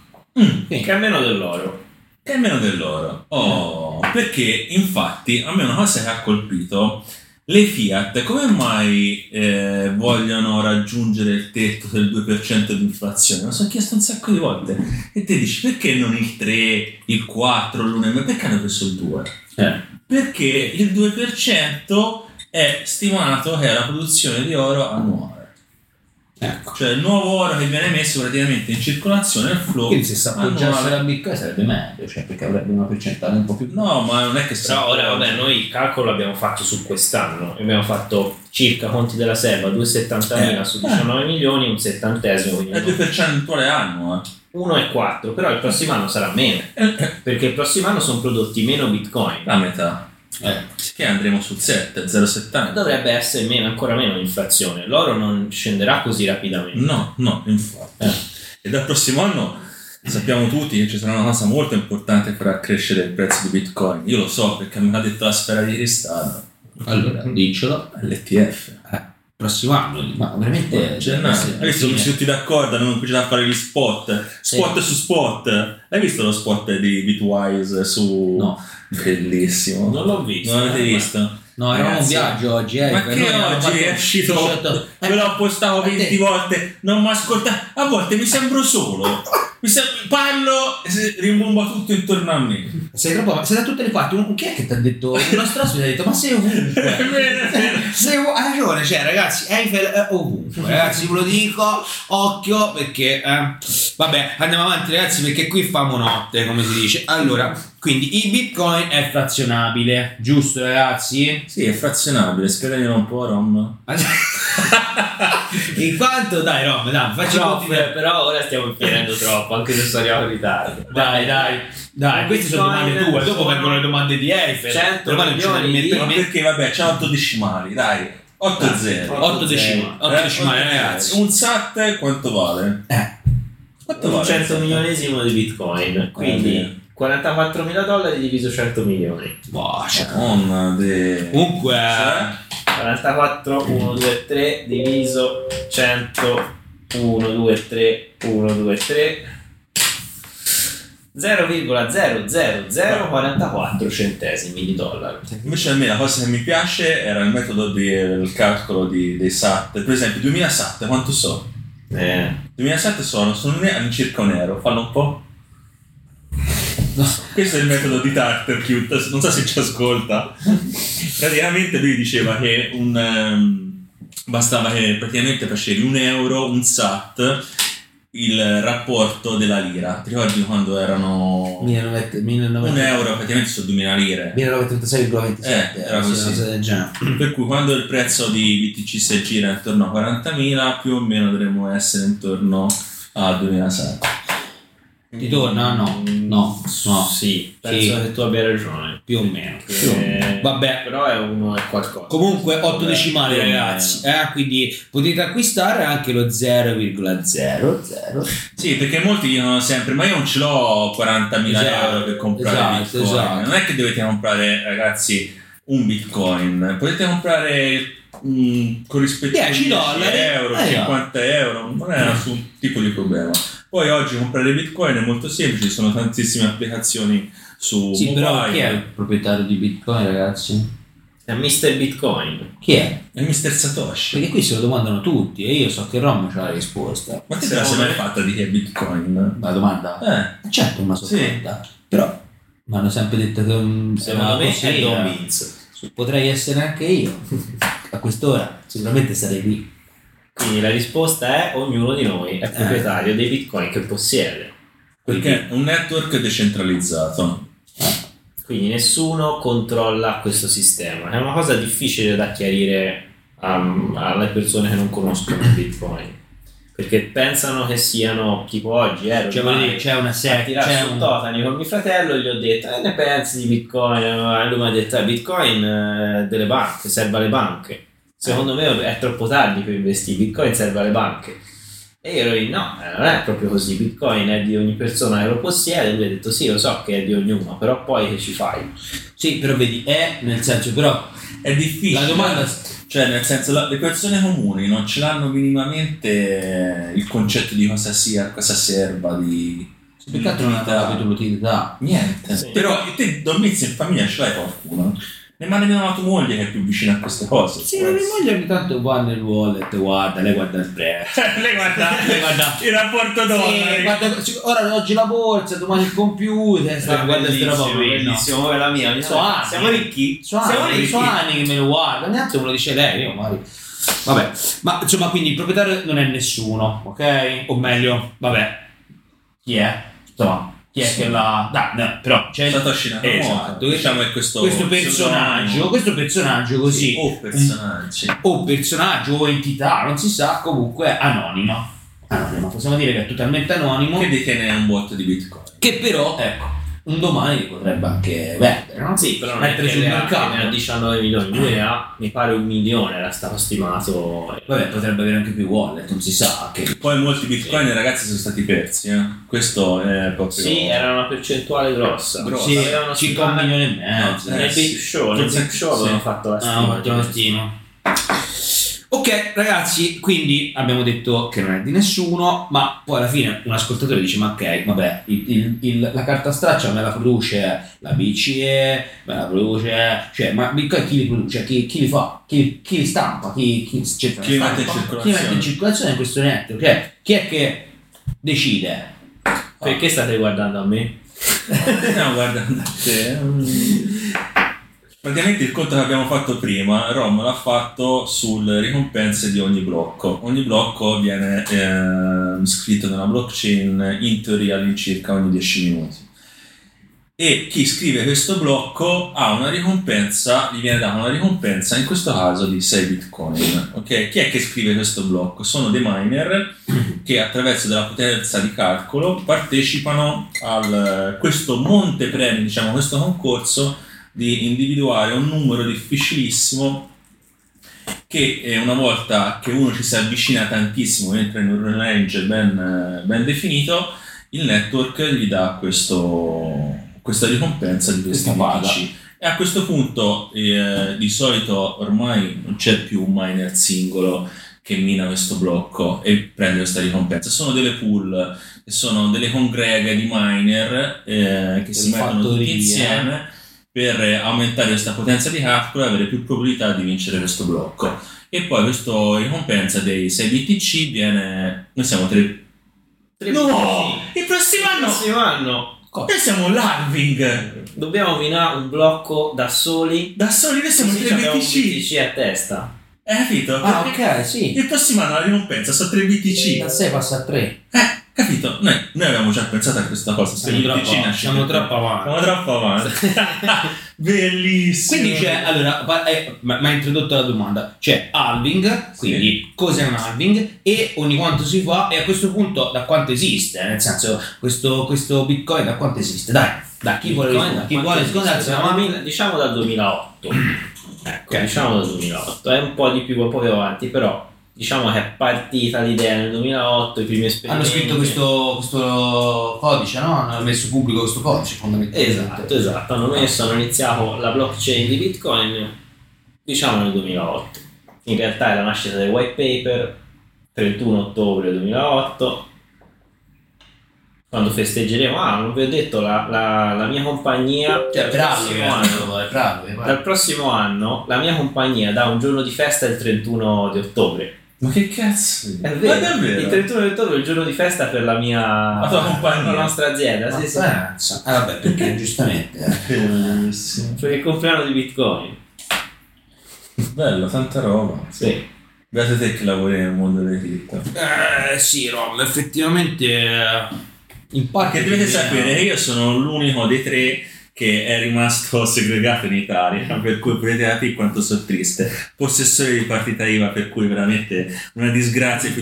Speaker 4: Mm. che è meno dell'oro.
Speaker 3: che è meno dell'oro. Oh,
Speaker 4: Eh.
Speaker 3: perché infatti a me una cosa che ha colpito. Le Fiat come mai eh, vogliono raggiungere il tetto del 2% di inflazione? Me lo sono chiesto un sacco di volte. E te dici perché non il 3, il 4, l'1,5? Perché hanno preso il 2?
Speaker 4: Eh.
Speaker 3: Perché il 2% è stimato che è la produzione di oro annuale.
Speaker 5: Ecco.
Speaker 3: Cioè il nuovo oro che viene messo praticamente in circolazione è il flow
Speaker 5: Quindi se si appoggiasse
Speaker 3: annuale.
Speaker 5: la Bitcoin sarebbe meglio, cioè perché avrebbe una percentuale un po' più
Speaker 3: No, ma non è che
Speaker 4: Però ora, vabbè, noi il calcolo l'abbiamo fatto su quest'anno, abbiamo fatto circa conti della serva 270.000
Speaker 3: Eh.
Speaker 4: su 19 milioni, un settantesimo,
Speaker 3: È il
Speaker 5: Eh.
Speaker 4: quindi
Speaker 3: 2% annuo, eh.
Speaker 4: 1,4, però il prossimo anno sarà meno, perché il prossimo anno sono prodotti meno bitcoin.
Speaker 3: La metà.
Speaker 5: Eh.
Speaker 3: Che andremo sul 7, 0,70.
Speaker 4: Dovrebbe essere meno- ancora meno l'inflazione. L'oro non scenderà così rapidamente.
Speaker 3: No, no, infatti.
Speaker 4: Eh.
Speaker 3: E dal prossimo anno sappiamo tutti che ci sarà una cosa molto importante che farà crescere il prezzo di Bitcoin. Io lo so perché me l'ha detto la sfera di cristallo.
Speaker 5: Allora, diccelo.
Speaker 3: L'ETF.
Speaker 5: Prossimo anno, ma
Speaker 4: Eh,
Speaker 5: veramente eh,
Speaker 3: Gennaio. Hai visto come siamo tutti d'accordo? Non bisogna fare gli spot. Spot su spot. Hai visto lo spot di Bitwise su...
Speaker 5: No.
Speaker 3: Bellissimo.
Speaker 4: Non l'ho visto.
Speaker 3: Non l'avete
Speaker 4: eh,
Speaker 3: visto?
Speaker 5: No, eravamo un
Speaker 3: Ragazzi.
Speaker 5: viaggio oggi, eh.
Speaker 3: Ma
Speaker 5: per
Speaker 3: che
Speaker 5: noi avevamo
Speaker 3: oggi
Speaker 5: fatto
Speaker 3: è uscito?
Speaker 5: 18. Eh,
Speaker 3: Ve l'ho postato
Speaker 5: a te.
Speaker 3: 20 volte, non mi ascolta. A volte mi sembro solo. Mi sem- parlo e si rimbomba tutto intorno a me.
Speaker 5: Sei troppo, sei da tutte le parti. Un- Chi è che ti ha detto? Il nostro ospite ha detto, ma sei <laughs> ovunque. Eh,
Speaker 3: È vero, è vero.
Speaker 5: Sei ovu- ha ragione, cioè, ragazzi, Eiffel è <laughs> ovunque. Ragazzi, ve lo dico, occhio perché. eh, Vabbè, andiamo avanti, ragazzi, perché qui famo notte, come si dice. Allora, quindi il bitcoin è frazionabile, giusto, ragazzi? <laughs>
Speaker 3: Sì, è frazionabile, spiegamelo un po', Rom.
Speaker 5: Adesso- In quanto, dai, Rom, dai, facci
Speaker 4: Prof,
Speaker 5: continuare.
Speaker 4: però ora stiamo <laughs> finendo troppo, anche se sono arrivato in ritardo.
Speaker 5: Dai, dai, dai,
Speaker 4: Bitcoin
Speaker 5: queste sono domande tue. Dopo
Speaker 4: sono-
Speaker 5: vengono le domande di Eiffel.
Speaker 4: 100
Speaker 5: Domani non ce ne
Speaker 4: milioni di-
Speaker 5: rimetteremo.
Speaker 3: Ma perché vabbè, c'ha 8 decimali, dai. 8-0.
Speaker 4: Dai,
Speaker 5: 8 decimali, 8 Ah, decimali, ragazzi.
Speaker 3: eh, Un SAT quanto vale?
Speaker 5: Eh.
Speaker 3: Quanto
Speaker 4: Un
Speaker 3: vale?
Speaker 4: 100
Speaker 3: il
Speaker 4: milionesimo di bitcoin,
Speaker 3: Eh.
Speaker 4: quindi 44 mila dollari diviso 100 milioni.
Speaker 5: Boh,
Speaker 3: SAT?
Speaker 5: cioè,
Speaker 3: Madonna de...
Speaker 5: Comunque, eh.
Speaker 3: Cioè?
Speaker 4: 44, 1, 2, 3 diviso 100, 1, 2, 3, 1, 2, 3. 0,0044 centesimi di dollaro.
Speaker 3: Invece a me la cosa che mi piace era il metodo di- del calcolo di- dei SAT. Per esempio, 2000 SAT, quanto so?
Speaker 4: Eh,
Speaker 3: 2000 SAT sono, sono ne- all'incirca un euro. Fallo un po'. Questo è il metodo di Tartercute, non so se ci
Speaker 5: <laughs>
Speaker 3: ascolta. Praticamente lui diceva che un, ehm, bastava che praticamente facevi un euro, un SAT, il rapporto della lira. Ti ricordi quando erano...
Speaker 5: 1900
Speaker 3: Un euro praticamente su 2000 lire.
Speaker 5: 1986,27
Speaker 3: Eh, era
Speaker 5: sì,
Speaker 3: così.
Speaker 5: una cosa del genere.
Speaker 3: Per cui quando il prezzo di BTC si gira intorno a 40.000 più o meno dovremmo essere intorno a 2007.
Speaker 5: Ti torna? No, no, no.
Speaker 4: sì, penso
Speaker 5: Sì.
Speaker 4: che tu abbia ragione.
Speaker 5: Più o meno.
Speaker 4: Eh,
Speaker 5: Vabbè.
Speaker 4: però è uno e qualcosa.
Speaker 5: Comunque 8
Speaker 4: Vabbè,
Speaker 5: decimali
Speaker 4: più o meno.
Speaker 5: ragazzi, eh, quindi potete acquistare anche lo 0,00.
Speaker 3: Sì, perché molti dicono sempre ma io non ce l'ho 40.000
Speaker 5: Esatto,
Speaker 3: euro per comprare
Speaker 5: esatto,
Speaker 3: Bitcoin.
Speaker 5: esatto.
Speaker 3: Non è che dovete comprare ragazzi un Bitcoin, potete comprare un corrispettivo
Speaker 5: 10
Speaker 3: 10
Speaker 5: dollari,
Speaker 3: euro,
Speaker 5: eh,
Speaker 3: 50 euro, non è nessun tipo di problema. Poi oggi comprare Bitcoin è molto semplice, ci sono tantissime applicazioni su
Speaker 5: Sì, però
Speaker 3: mobile.
Speaker 5: chi è il proprietario di Bitcoin ragazzi?
Speaker 4: È Mr. Bitcoin.
Speaker 5: Chi è?
Speaker 3: È Mr. Satoshi.
Speaker 5: Perché qui se lo domandano tutti e io so che Rom c'ha la risposta.
Speaker 3: Ma te te la sei mai fatta di che è Bitcoin?
Speaker 5: La domanda?
Speaker 3: Eh,
Speaker 5: Certo, una
Speaker 3: Sì.
Speaker 5: sorpresa. Però mi hanno sempre detto che mm,
Speaker 4: Secondo
Speaker 5: era
Speaker 4: me
Speaker 5: così,
Speaker 4: è
Speaker 5: era-
Speaker 4: Don Vince.
Speaker 5: Potrei essere anche <laughs> io. A quest'ora sicuramente sarei qui.
Speaker 4: Quindi la risposta è ognuno di noi
Speaker 5: Eh.
Speaker 4: è proprietario dei bitcoin che possiede.
Speaker 3: perché è un network decentralizzato.
Speaker 4: Quindi nessuno controlla questo sistema. È una cosa difficile da chiarire um, alle persone che non conoscono il bitcoin. Perché pensano che siano tipo oggi, eh,
Speaker 5: Cioè, voglio
Speaker 4: ormai-
Speaker 5: dire, c'è una
Speaker 4: a
Speaker 5: serie.
Speaker 4: tirare
Speaker 5: C'è
Speaker 4: su
Speaker 5: un...
Speaker 4: Totani con mio fratello gli ho detto "Eh, ne pensi di bitcoin Eh, lui mi ha detto "Eh, bitcoin eh, delle banche serve alle banche secondo me è troppo tardi per investire bitcoin serve alle banche e io ero lì no eh, non è proprio così bitcoin è di ogni persona che lo possiede lui ha detto sì lo so che è di ognuno però poi che ci fai
Speaker 5: Sì, però vedi, è nel senso, però
Speaker 3: È difficile.
Speaker 5: la domanda.
Speaker 3: Cioè, nel senso, la- le persone comuni non ce l'hanno minimamente eh, il concetto di cosa sia, cosa serva, di
Speaker 5: Peccato non ha
Speaker 3: l'utilità.
Speaker 5: capito l'utilità.
Speaker 3: niente.
Speaker 4: Sì.
Speaker 3: Però te dormirsi in famiglia ce l'hai qualcuno. Nemmeno nemmeno la tua moglie che è più vicina a queste cose.
Speaker 5: Sì,
Speaker 3: può
Speaker 5: la mia
Speaker 3: essere.
Speaker 5: moglie ogni tanto va nel wallet, guarda, lei guarda il prezzo.
Speaker 3: Lei guarda,
Speaker 5: <laughs> Lei <laughs> guarda-
Speaker 3: il rapporto dollari.
Speaker 5: Sì, guarda, ora oggi la borsa, domani il computer, sta- guarda queste roba qui, no.
Speaker 4: bellissimo è la mia ogni
Speaker 5: Sono
Speaker 4: volta-
Speaker 5: anni.
Speaker 4: siamo ricchi
Speaker 5: Sono
Speaker 4: siamo
Speaker 5: anni,
Speaker 4: ricchi
Speaker 5: sono anni che me lo guarda, neanche me lo dice lei, io magari. Vabbè, ma insomma, quindi il proprietario non è nessuno, ok? O meglio, vabbè, chi è? Insomma, chi è
Speaker 3: Sì.
Speaker 5: che la. Dai, no, però c'è
Speaker 3: Cioè, Satoshi Nakamoto.
Speaker 5: Esatto,
Speaker 3: Diciamo che questo,
Speaker 5: questo personaggio, questo personaggio così,
Speaker 3: Sì, o personaggi.
Speaker 5: o personaggio o entità, non si sa, comunque anonimo. Anonimo, possiamo dire che è totalmente anonimo,
Speaker 3: che
Speaker 5: che,
Speaker 3: detiene un botto di bitcoin.
Speaker 5: però, ecco, un domani li potrebbe anche vendere, no?
Speaker 4: Sì, però non è
Speaker 5: mettere
Speaker 4: che
Speaker 5: sul
Speaker 4: ne ha-
Speaker 5: mercato.
Speaker 4: ne ha 19 milioni, lui ne ha, mi pare un milione era stato stimato.
Speaker 5: Vabbè, potrebbe avere anche più wallet, non si sa che.
Speaker 3: Poi molti bitcoin ragazzi sono stati persi, eh. questo è proprio...
Speaker 4: Sì, era una percentuale grossa.
Speaker 3: Grossa.
Speaker 5: Sì,
Speaker 4: Avevano
Speaker 5: circa un
Speaker 4: stimato-
Speaker 5: milione e mezzo.
Speaker 3: No,
Speaker 4: Nel
Speaker 3: sì.
Speaker 4: Big Show, nel
Speaker 3: Sì.
Speaker 4: Big Show avevano fatto la
Speaker 5: Ah,
Speaker 4: stima.
Speaker 5: ottimo stimo. Ok, ragazzi, quindi abbiamo detto che non è di nessuno, ma poi alla fine un ascoltatore dice: Ma ok, vabbè, il- il- il- la carta straccia me la produce la BCE, me la produce. Cioè, ma Bitcoin chi li produce? Chi, chi li fa? Chi, chi li stampa? Chi, chi, cerca
Speaker 3: Chi li
Speaker 5: stampa?
Speaker 3: mette in
Speaker 5: Chi li mette in
Speaker 3: circolazione?
Speaker 5: circolazione questo network? Cioè, chi è che decide?
Speaker 4: Perché state guardando a me?
Speaker 3: <laughs> no, guarda, te. Praticamente il conto che abbiamo fatto prima, Rom l'ha fatto sulle ricompense di ogni blocco. Ogni blocco viene ehm, scritto nella blockchain in teoria all'incirca ogni 10 minuti. e chi scrive questo blocco ha una ricompensa, gli viene data una ricompensa in questo caso di 6 bitcoin. Ok, chi è che scrive questo blocco? Sono dei miner che attraverso della potenza di calcolo partecipano a questo monte premi, diciamo questo concorso di individuare un numero difficilissimo che eh, una volta che uno ci si avvicina tantissimo, entra in un range ben, eh, ben definito, il network gli dà questo- questa ricompensa di questi
Speaker 2: Questa paga.
Speaker 3: bici. E a questo punto eh, di solito ormai non c'è più un miner singolo che mina questo blocco e prende questa ricompensa. Sono delle pool, sono delle congreghe di miner eh, che si mettono tutti
Speaker 5: fattorie.
Speaker 3: insieme per aumentare questa potenza di calcolo e avere più probabilità di vincere questo blocco. E poi questa ricompensa dei 6 BTC viene... Noi siamo tre...
Speaker 4: Tre
Speaker 3: No!
Speaker 4: punti.
Speaker 3: Il prossimo
Speaker 4: Il
Speaker 3: anno!
Speaker 4: prossimo anno
Speaker 3: Noi siamo l'Arving!
Speaker 4: dobbiamo minare un blocco da soli.
Speaker 3: Da soli noi siamo
Speaker 4: Così
Speaker 3: tre
Speaker 4: abbiamo un
Speaker 3: BTC!
Speaker 4: BTC a testa.
Speaker 3: Hai capito?
Speaker 5: Ah, ok, sì.
Speaker 3: Il prossimo anno la ricompensa sono 3 BTC.
Speaker 5: Da 6 passa a 3.
Speaker 3: Eh, capito? Noi, noi avevamo già pensato a questa cosa. Se
Speaker 5: Siamo
Speaker 3: BTC
Speaker 5: troppo,
Speaker 3: nasce-
Speaker 5: siamo troppo avanti.
Speaker 3: Siamo troppo avanti.
Speaker 5: <laughs>
Speaker 3: Bellissimo.
Speaker 5: Quindi c'è, allora, va- eh, ma ma ha introdotto la domanda, c'è halving, quindi cos'è un halving e ogni quanto si fa e a questo punto da quanto esiste, nel senso questo, questo bitcoin da quanto esiste, dai, da Ah, chi vuole
Speaker 4: Bitcoin,
Speaker 5: rispondere, chi
Speaker 4: quanto
Speaker 5: vuole
Speaker 4: esiste?
Speaker 5: rispondere,
Speaker 4: Da
Speaker 5: siamo a-
Speaker 4: 2000 Diciamo dal 2008. Ecco,
Speaker 5: Ok.
Speaker 4: diciamo dal 2008. È un po' di più, un po' più avanti, però diciamo che è partita l'idea nel 2008, i primi
Speaker 5: hanno
Speaker 4: esperimenti.
Speaker 5: scritto questo, questo codice, no? Hanno messo pubblico questo codice fondamentalmente.
Speaker 4: Esatto, esatto. Hanno messo, hanno iniziato la blockchain di Bitcoin, diciamo nel 2008. In realtà è la nascita del white paper, 31 ottobre 2008. Quando festeggeremo, ah, non vi ho detto, la, la- la mia compagnia.
Speaker 5: Cioè, per
Speaker 4: Sì, eh.
Speaker 5: halving,
Speaker 4: guarda.
Speaker 5: è bravo, è bravo.
Speaker 4: Dal prossimo anno la mia compagnia dà un giorno di festa il 31 di ottobre.
Speaker 3: Ma che cazzo?
Speaker 4: È vero.
Speaker 3: Ma davvero?
Speaker 4: Il 31 di ottobre è il giorno di festa per la mia
Speaker 3: La tua compagnia.
Speaker 4: la nostra azienda, sì, sì.
Speaker 5: Mazza. Ah, vabbè, <laughs> perché giustamente. eh.
Speaker 3: Bellissimo.
Speaker 4: Cioè il compleanno di Bitcoin.
Speaker 3: Bello, tanta roba.
Speaker 4: Sì.
Speaker 3: Beate te che lavori nel mondo delle cripto.
Speaker 5: Eh, sì, Rom, effettivamente. eh, In parte
Speaker 3: Perché dovete
Speaker 5: sì,
Speaker 3: sapere che io sono l'unico dei tre che è rimasto <laughs> segregato in Italia, per cui potete capire quanto sono triste. Possessore di partita IVA, per cui veramente una disgrazia più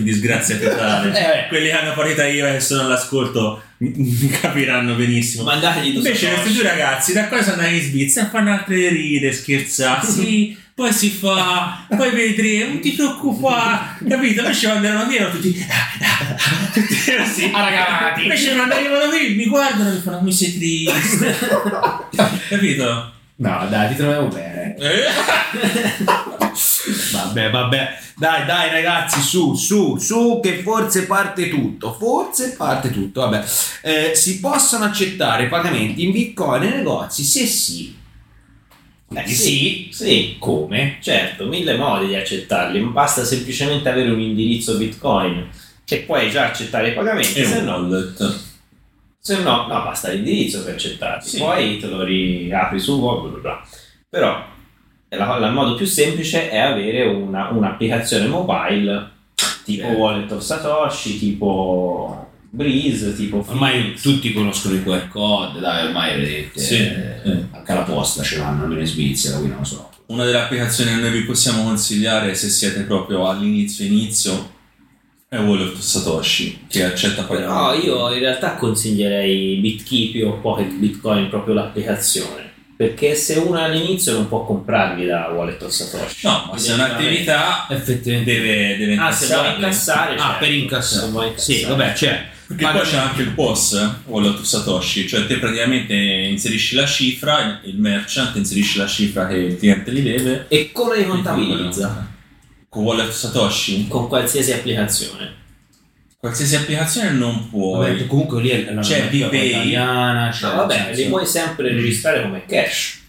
Speaker 5: <laughs>
Speaker 3: disgrazia totale.
Speaker 5: Eh,
Speaker 3: Quelli che hanno partita IVA e che sono all'ascolto mi capiranno benissimo.
Speaker 4: Mandateli tutto
Speaker 3: Invece questi due ragazzi da qua sono andati in Svizzera a fare altre ride, scherzare,
Speaker 4: <laughs>
Speaker 3: sì, poi si fa, poi vedremo, non ti preoccupare, capito? Noi ci andavano via, erano tutti...
Speaker 5: <laughs>
Speaker 3: tutti così.
Speaker 5: Ah, ragazzi.
Speaker 3: Invece non arrivano qui, mi guardano e mi fanno, mi sei triste,
Speaker 4: <laughs>
Speaker 3: capito?
Speaker 5: No, dai, ti troviamo bene.
Speaker 4: Eh?
Speaker 5: Vabbè, vabbè. Dai, dai, ragazzi, su, su, su, che forse parte tutto. Forse parte tutto. Vabbè. Eh, si possono accettare pagamenti in bitcoin nei negozi? Se sì. Eh,
Speaker 4: Sì, sì,
Speaker 5: Come?
Speaker 4: certo, mille modi di accettarli, ma basta semplicemente avere un indirizzo Bitcoin che puoi già accettare i pagamenti, se no,
Speaker 3: wallet.
Speaker 4: se no, no, basta l'indirizzo per accettarli,
Speaker 3: Sì.
Speaker 4: poi te lo riapri su Google, bla bla bla. Però eh, la- la- il modo più semplice è avere una- un'applicazione mobile tipo
Speaker 3: Certo.
Speaker 4: Wallet of Satoshi, tipo Breeze, tipo
Speaker 5: Ormai
Speaker 4: Phoenix.
Speaker 5: tutti conoscono i QR code, dai, ormai vedete.
Speaker 3: Sì.
Speaker 5: eh, anche la posta ce l'hanno almeno in Svizzera, quindi non lo so.
Speaker 3: Una delle applicazioni che noi vi possiamo consigliare se siete proprio all'inizio inizio è Wallet Satoshi, che accetta
Speaker 4: No,
Speaker 3: pagamenti.
Speaker 4: io in realtà consiglierei BitKeepy o Pocket Bitcoin, proprio l'applicazione. Perché se uno è all'inizio non può comprarli da Wallet o Satoshi.
Speaker 3: No, ma se è un'attività
Speaker 5: Effettivamente.
Speaker 3: deve, deve
Speaker 4: Ah, se vuoi
Speaker 3: incassarle.
Speaker 4: incassare.
Speaker 5: Ah,
Speaker 4: certo.
Speaker 5: per
Speaker 4: Se vuoi
Speaker 5: incassare.
Speaker 4: incassare.
Speaker 5: Sì, vabbè, cioè.
Speaker 3: Perché poi c'è anche il POS, eh, Wallet of Satoshi, cioè te praticamente inserisci la cifra, il merchant inserisce la cifra che il cliente gli deve.
Speaker 4: E come li
Speaker 3: e
Speaker 4: contabilizza?
Speaker 3: quello- Con Wallet of Satoshi?
Speaker 4: Con qualsiasi applicazione.
Speaker 3: Qualsiasi applicazione non
Speaker 5: Vabbè,
Speaker 3: puoi.
Speaker 5: comunque lì è la
Speaker 3: C'è
Speaker 5: normativa
Speaker 3: eBay.
Speaker 5: italiana, c'è,
Speaker 4: No, vabbè,
Speaker 5: c'è-
Speaker 4: li puoi sempre
Speaker 3: Mm.
Speaker 4: registrare come cash.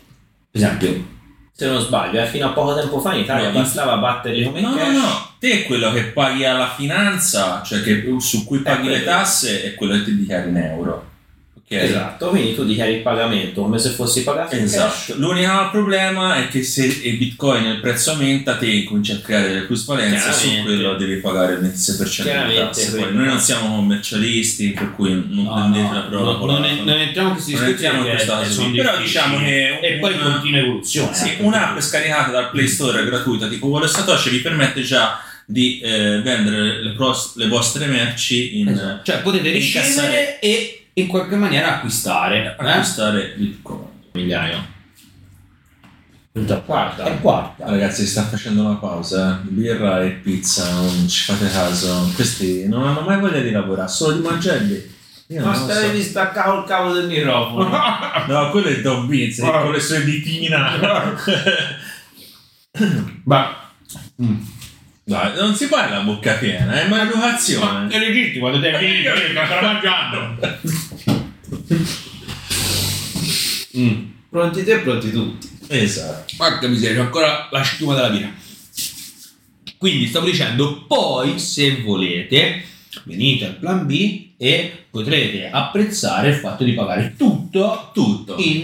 Speaker 5: Per esempio,
Speaker 4: Se non sbaglio, eh, fino a poco tempo fa in Italia
Speaker 3: No,
Speaker 4: bastava batterli come
Speaker 3: No, no,
Speaker 4: cash.
Speaker 3: no, te è quello che paghi alla finanza, cioè che, su cui paghi le
Speaker 4: Eh, quello.
Speaker 3: tasse, è quello che ti dichiari in euro. Ok?
Speaker 4: Esatto, quindi tu dichiari il pagamento come se fossi pagato in cash.
Speaker 3: Esatto. L'unico problema è che se il Bitcoin il prezzo aumenta, te incominci a creare delle plusvalenze su
Speaker 4: Chiaramente.
Speaker 3: quello devi pagare il 26% di
Speaker 4: Chiaramente,
Speaker 3: tasse. Poi
Speaker 4: quindi-
Speaker 3: noi non siamo commercialisti, per cui non
Speaker 5: No,
Speaker 3: prendete
Speaker 5: no,
Speaker 3: la prova.
Speaker 5: no,
Speaker 3: con la-
Speaker 5: non, è- non entriamo in questi
Speaker 3: Non entriamo in
Speaker 5: discorsi
Speaker 3: questa
Speaker 5: perché
Speaker 3: fase
Speaker 5: sono
Speaker 3: qui. Però
Speaker 5: difficili.
Speaker 3: diciamo che
Speaker 5: e poi
Speaker 3: un-
Speaker 5: continua evoluzione eh,
Speaker 3: Sì,
Speaker 5: anche.
Speaker 3: un'app scaricata dal Play Store gratuita tipo Wallet Satoshi vi permette già di eh, vendere le, pros- le vostre merci in
Speaker 5: Esatto. cioè potete
Speaker 3: in
Speaker 5: riscendere e in qualche maniera acquistare
Speaker 3: eh, acquistare Bitcoin.
Speaker 4: Migliaio.
Speaker 5: eh?
Speaker 4: Guarda.
Speaker 5: e guarda
Speaker 3: Ah, Ragazzi, si sta facendo una pausa. Birra e pizza, non ci fate caso. Questi non hanno mai voglia di lavorare, solo di mangiarli. Io non
Speaker 4: Ma
Speaker 3: lo so.
Speaker 4: stavi staccavo il cavo del microfono. <laughs>
Speaker 3: No, quello è Don Vince
Speaker 5: Ah.
Speaker 3: con le sue ditina.
Speaker 5: ma mm.
Speaker 3: Dai, non si parla a bocca piena, è
Speaker 5: Ma
Speaker 3: maleducazione.
Speaker 5: è legittimo quando te
Speaker 4: <laughs>
Speaker 3: Io-
Speaker 5: sto mangiando mm.
Speaker 4: Pronti te, pronti tutti.
Speaker 3: Esatto.
Speaker 5: Porca miseria, c'è ancora la schiuma della birra. Quindi stavo dicendo, poi se volete venite al plan B e potrete apprezzare il fatto di pagare tutto
Speaker 3: Tutto.
Speaker 5: in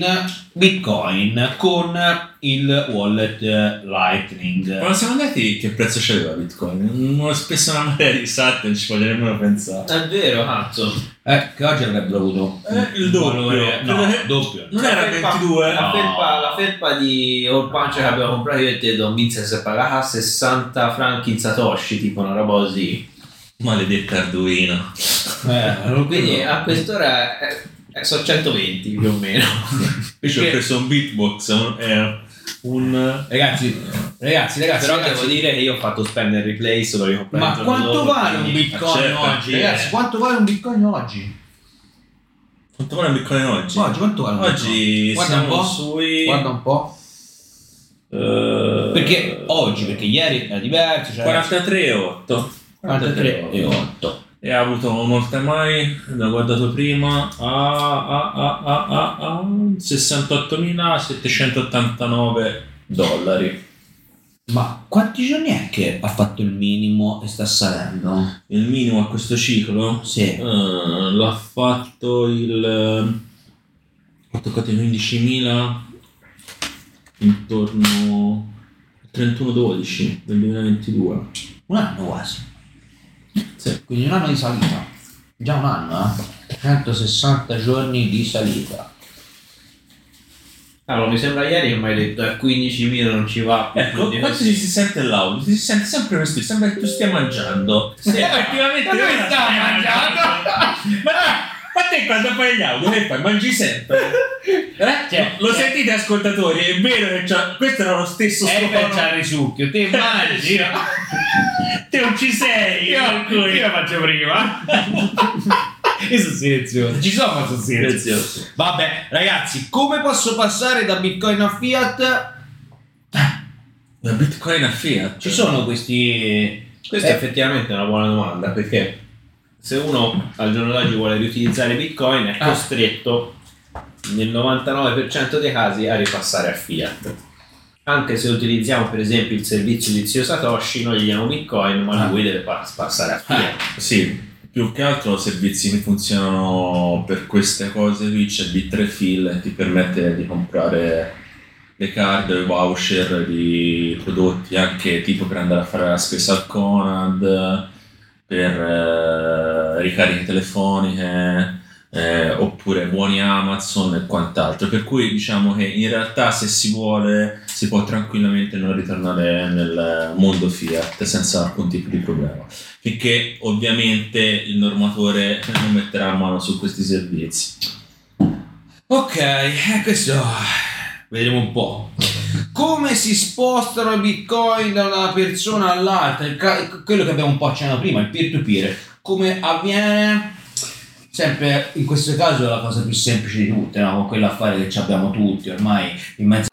Speaker 5: bitcoin con il wallet eh, Lightning.
Speaker 3: Quando siamo andati, che prezzo c'aveva Bitcoin? Non spesso una materia di SAT, non ci voglio nemmeno pensare.
Speaker 4: È vero, cazzo.
Speaker 5: Eh, che oggi avrebbero avuto
Speaker 3: Eh, il
Speaker 5: un
Speaker 3: doppio.
Speaker 5: valore- No, il doppio.
Speaker 3: Non era
Speaker 5: Cioè,
Speaker 4: La felpa-
Speaker 3: 22?
Speaker 4: La
Speaker 5: No.
Speaker 4: felpa, la felpa di All Punch che abbiamo comprato io e te, Don Vince, si è pagata 60 franchi in Satoshi, tipo una roba così.
Speaker 3: Maledetta Arduino.
Speaker 5: Eh,
Speaker 4: Quindi a quest'ora è- è- sono 120 più o meno.
Speaker 3: Io ci ho
Speaker 5: Perché-
Speaker 3: preso un beatbox, un, eh, un-
Speaker 5: Ragazzi, ragazzi, ragazzi,
Speaker 4: Però
Speaker 5: ragazzi,
Speaker 4: devo dire che io ho fatto spend and replay solo che ho
Speaker 5: Ma
Speaker 4: comprato
Speaker 5: quanto
Speaker 4: dopo,
Speaker 5: vale un
Speaker 4: quindi-
Speaker 5: bitcoin
Speaker 3: Certo,
Speaker 5: oggi?
Speaker 3: eh.
Speaker 5: Ragazzi, quanto vale un bitcoin oggi?
Speaker 3: Quanto vale un Bitcoin oggi?
Speaker 5: Oggi quanto vale un
Speaker 3: Oggi
Speaker 5: bitcoin? Guarda un
Speaker 3: siamo
Speaker 5: po'.
Speaker 3: sui...
Speaker 5: Guarda un po'.
Speaker 3: eh,
Speaker 5: Perché oggi, perché ieri era diverso, cioè
Speaker 3: 43,8.
Speaker 5: 43 e 8.
Speaker 3: E ha avuto un all time high, l'ho guardato prima, a, a, a, a, a, a 68.789 dollari.
Speaker 5: Ma quanti giorni è che ha fatto il minimo e sta salendo?
Speaker 3: Il minimo a questo ciclo eh,
Speaker 5: Sì.
Speaker 3: l'ha fatto il... eh, ha toccato i 15.000 intorno al 31-12 del 2022.
Speaker 5: Un anno quasi.
Speaker 3: Sì.
Speaker 5: Quindi un anno di salita. Già un anno, eh? 160 giorni di salita.
Speaker 4: Allora, mi sembra ieri che mi hai detto eh, 15.000 non ci va più.
Speaker 3: Ecco,
Speaker 4: quindi-
Speaker 3: quando ci si sente l'audio, si sente sempre questo, sembra che tu stia mangiando. Sì, effettivamente
Speaker 5: Ma lui
Speaker 3: ora
Speaker 5: sta mangiando.
Speaker 3: ma, ma te quando fai gli audio, che fai? Mangi sempre. Eh?
Speaker 5: Cioè,
Speaker 3: lo
Speaker 5: cioè-
Speaker 3: sentite ascoltatori, è vero che c'ha- questo era lo stesso
Speaker 5: Eh,
Speaker 3: suono.
Speaker 5: risucchio, te
Speaker 3: mangi, io- Te non ci sei. per cui-
Speaker 5: faccio prima. <laughs> Io sono silenzioso. Ci sono, ma sono
Speaker 3: Silenzioso.
Speaker 5: Vabbè, ragazzi, come posso passare da Bitcoin a Fiat?
Speaker 3: Da Bitcoin a Fiat.
Speaker 5: Ci sono questi.
Speaker 4: Questa è effettivamente una buona domanda perché se uno al giorno d'oggi vuole riutilizzare Bitcoin è
Speaker 5: Ah.
Speaker 4: costretto nel 99% dei casi a ripassare a fiat. Anche se utilizziamo per esempio il servizio di zio Satoshi, noi gli diamo Bitcoin, ma
Speaker 5: Ah.
Speaker 4: lui deve pa- passare a fiat.
Speaker 3: Sì, più che altro servizi che funzionano per queste cose qui c'è B3Fill ti permette di comprare le card, i voucher di prodotti anche tipo per andare a fare la spesa al Conad, per eh, ricariche telefoniche. eh, oppure buoni Amazon e quant'altro per cui diciamo che in realtà se si vuole si può tranquillamente non ritornare nel mondo fiat senza alcun tipo di problema finché ovviamente il normatore <laughs> non metterà mano su questi servizi.
Speaker 5: Ok, eh, questo. Vedremo un po'.
Speaker 4: Eh.
Speaker 5: Come si spostano i bitcoin da una persona all'altra? Il ca- quello che abbiamo un po' accennato prima, il peer-to-peer. Come avviene? Sempre in questo caso è la cosa più semplice di tutte, no? con quell'affare che ci abbiamo tutti ormai in mezzo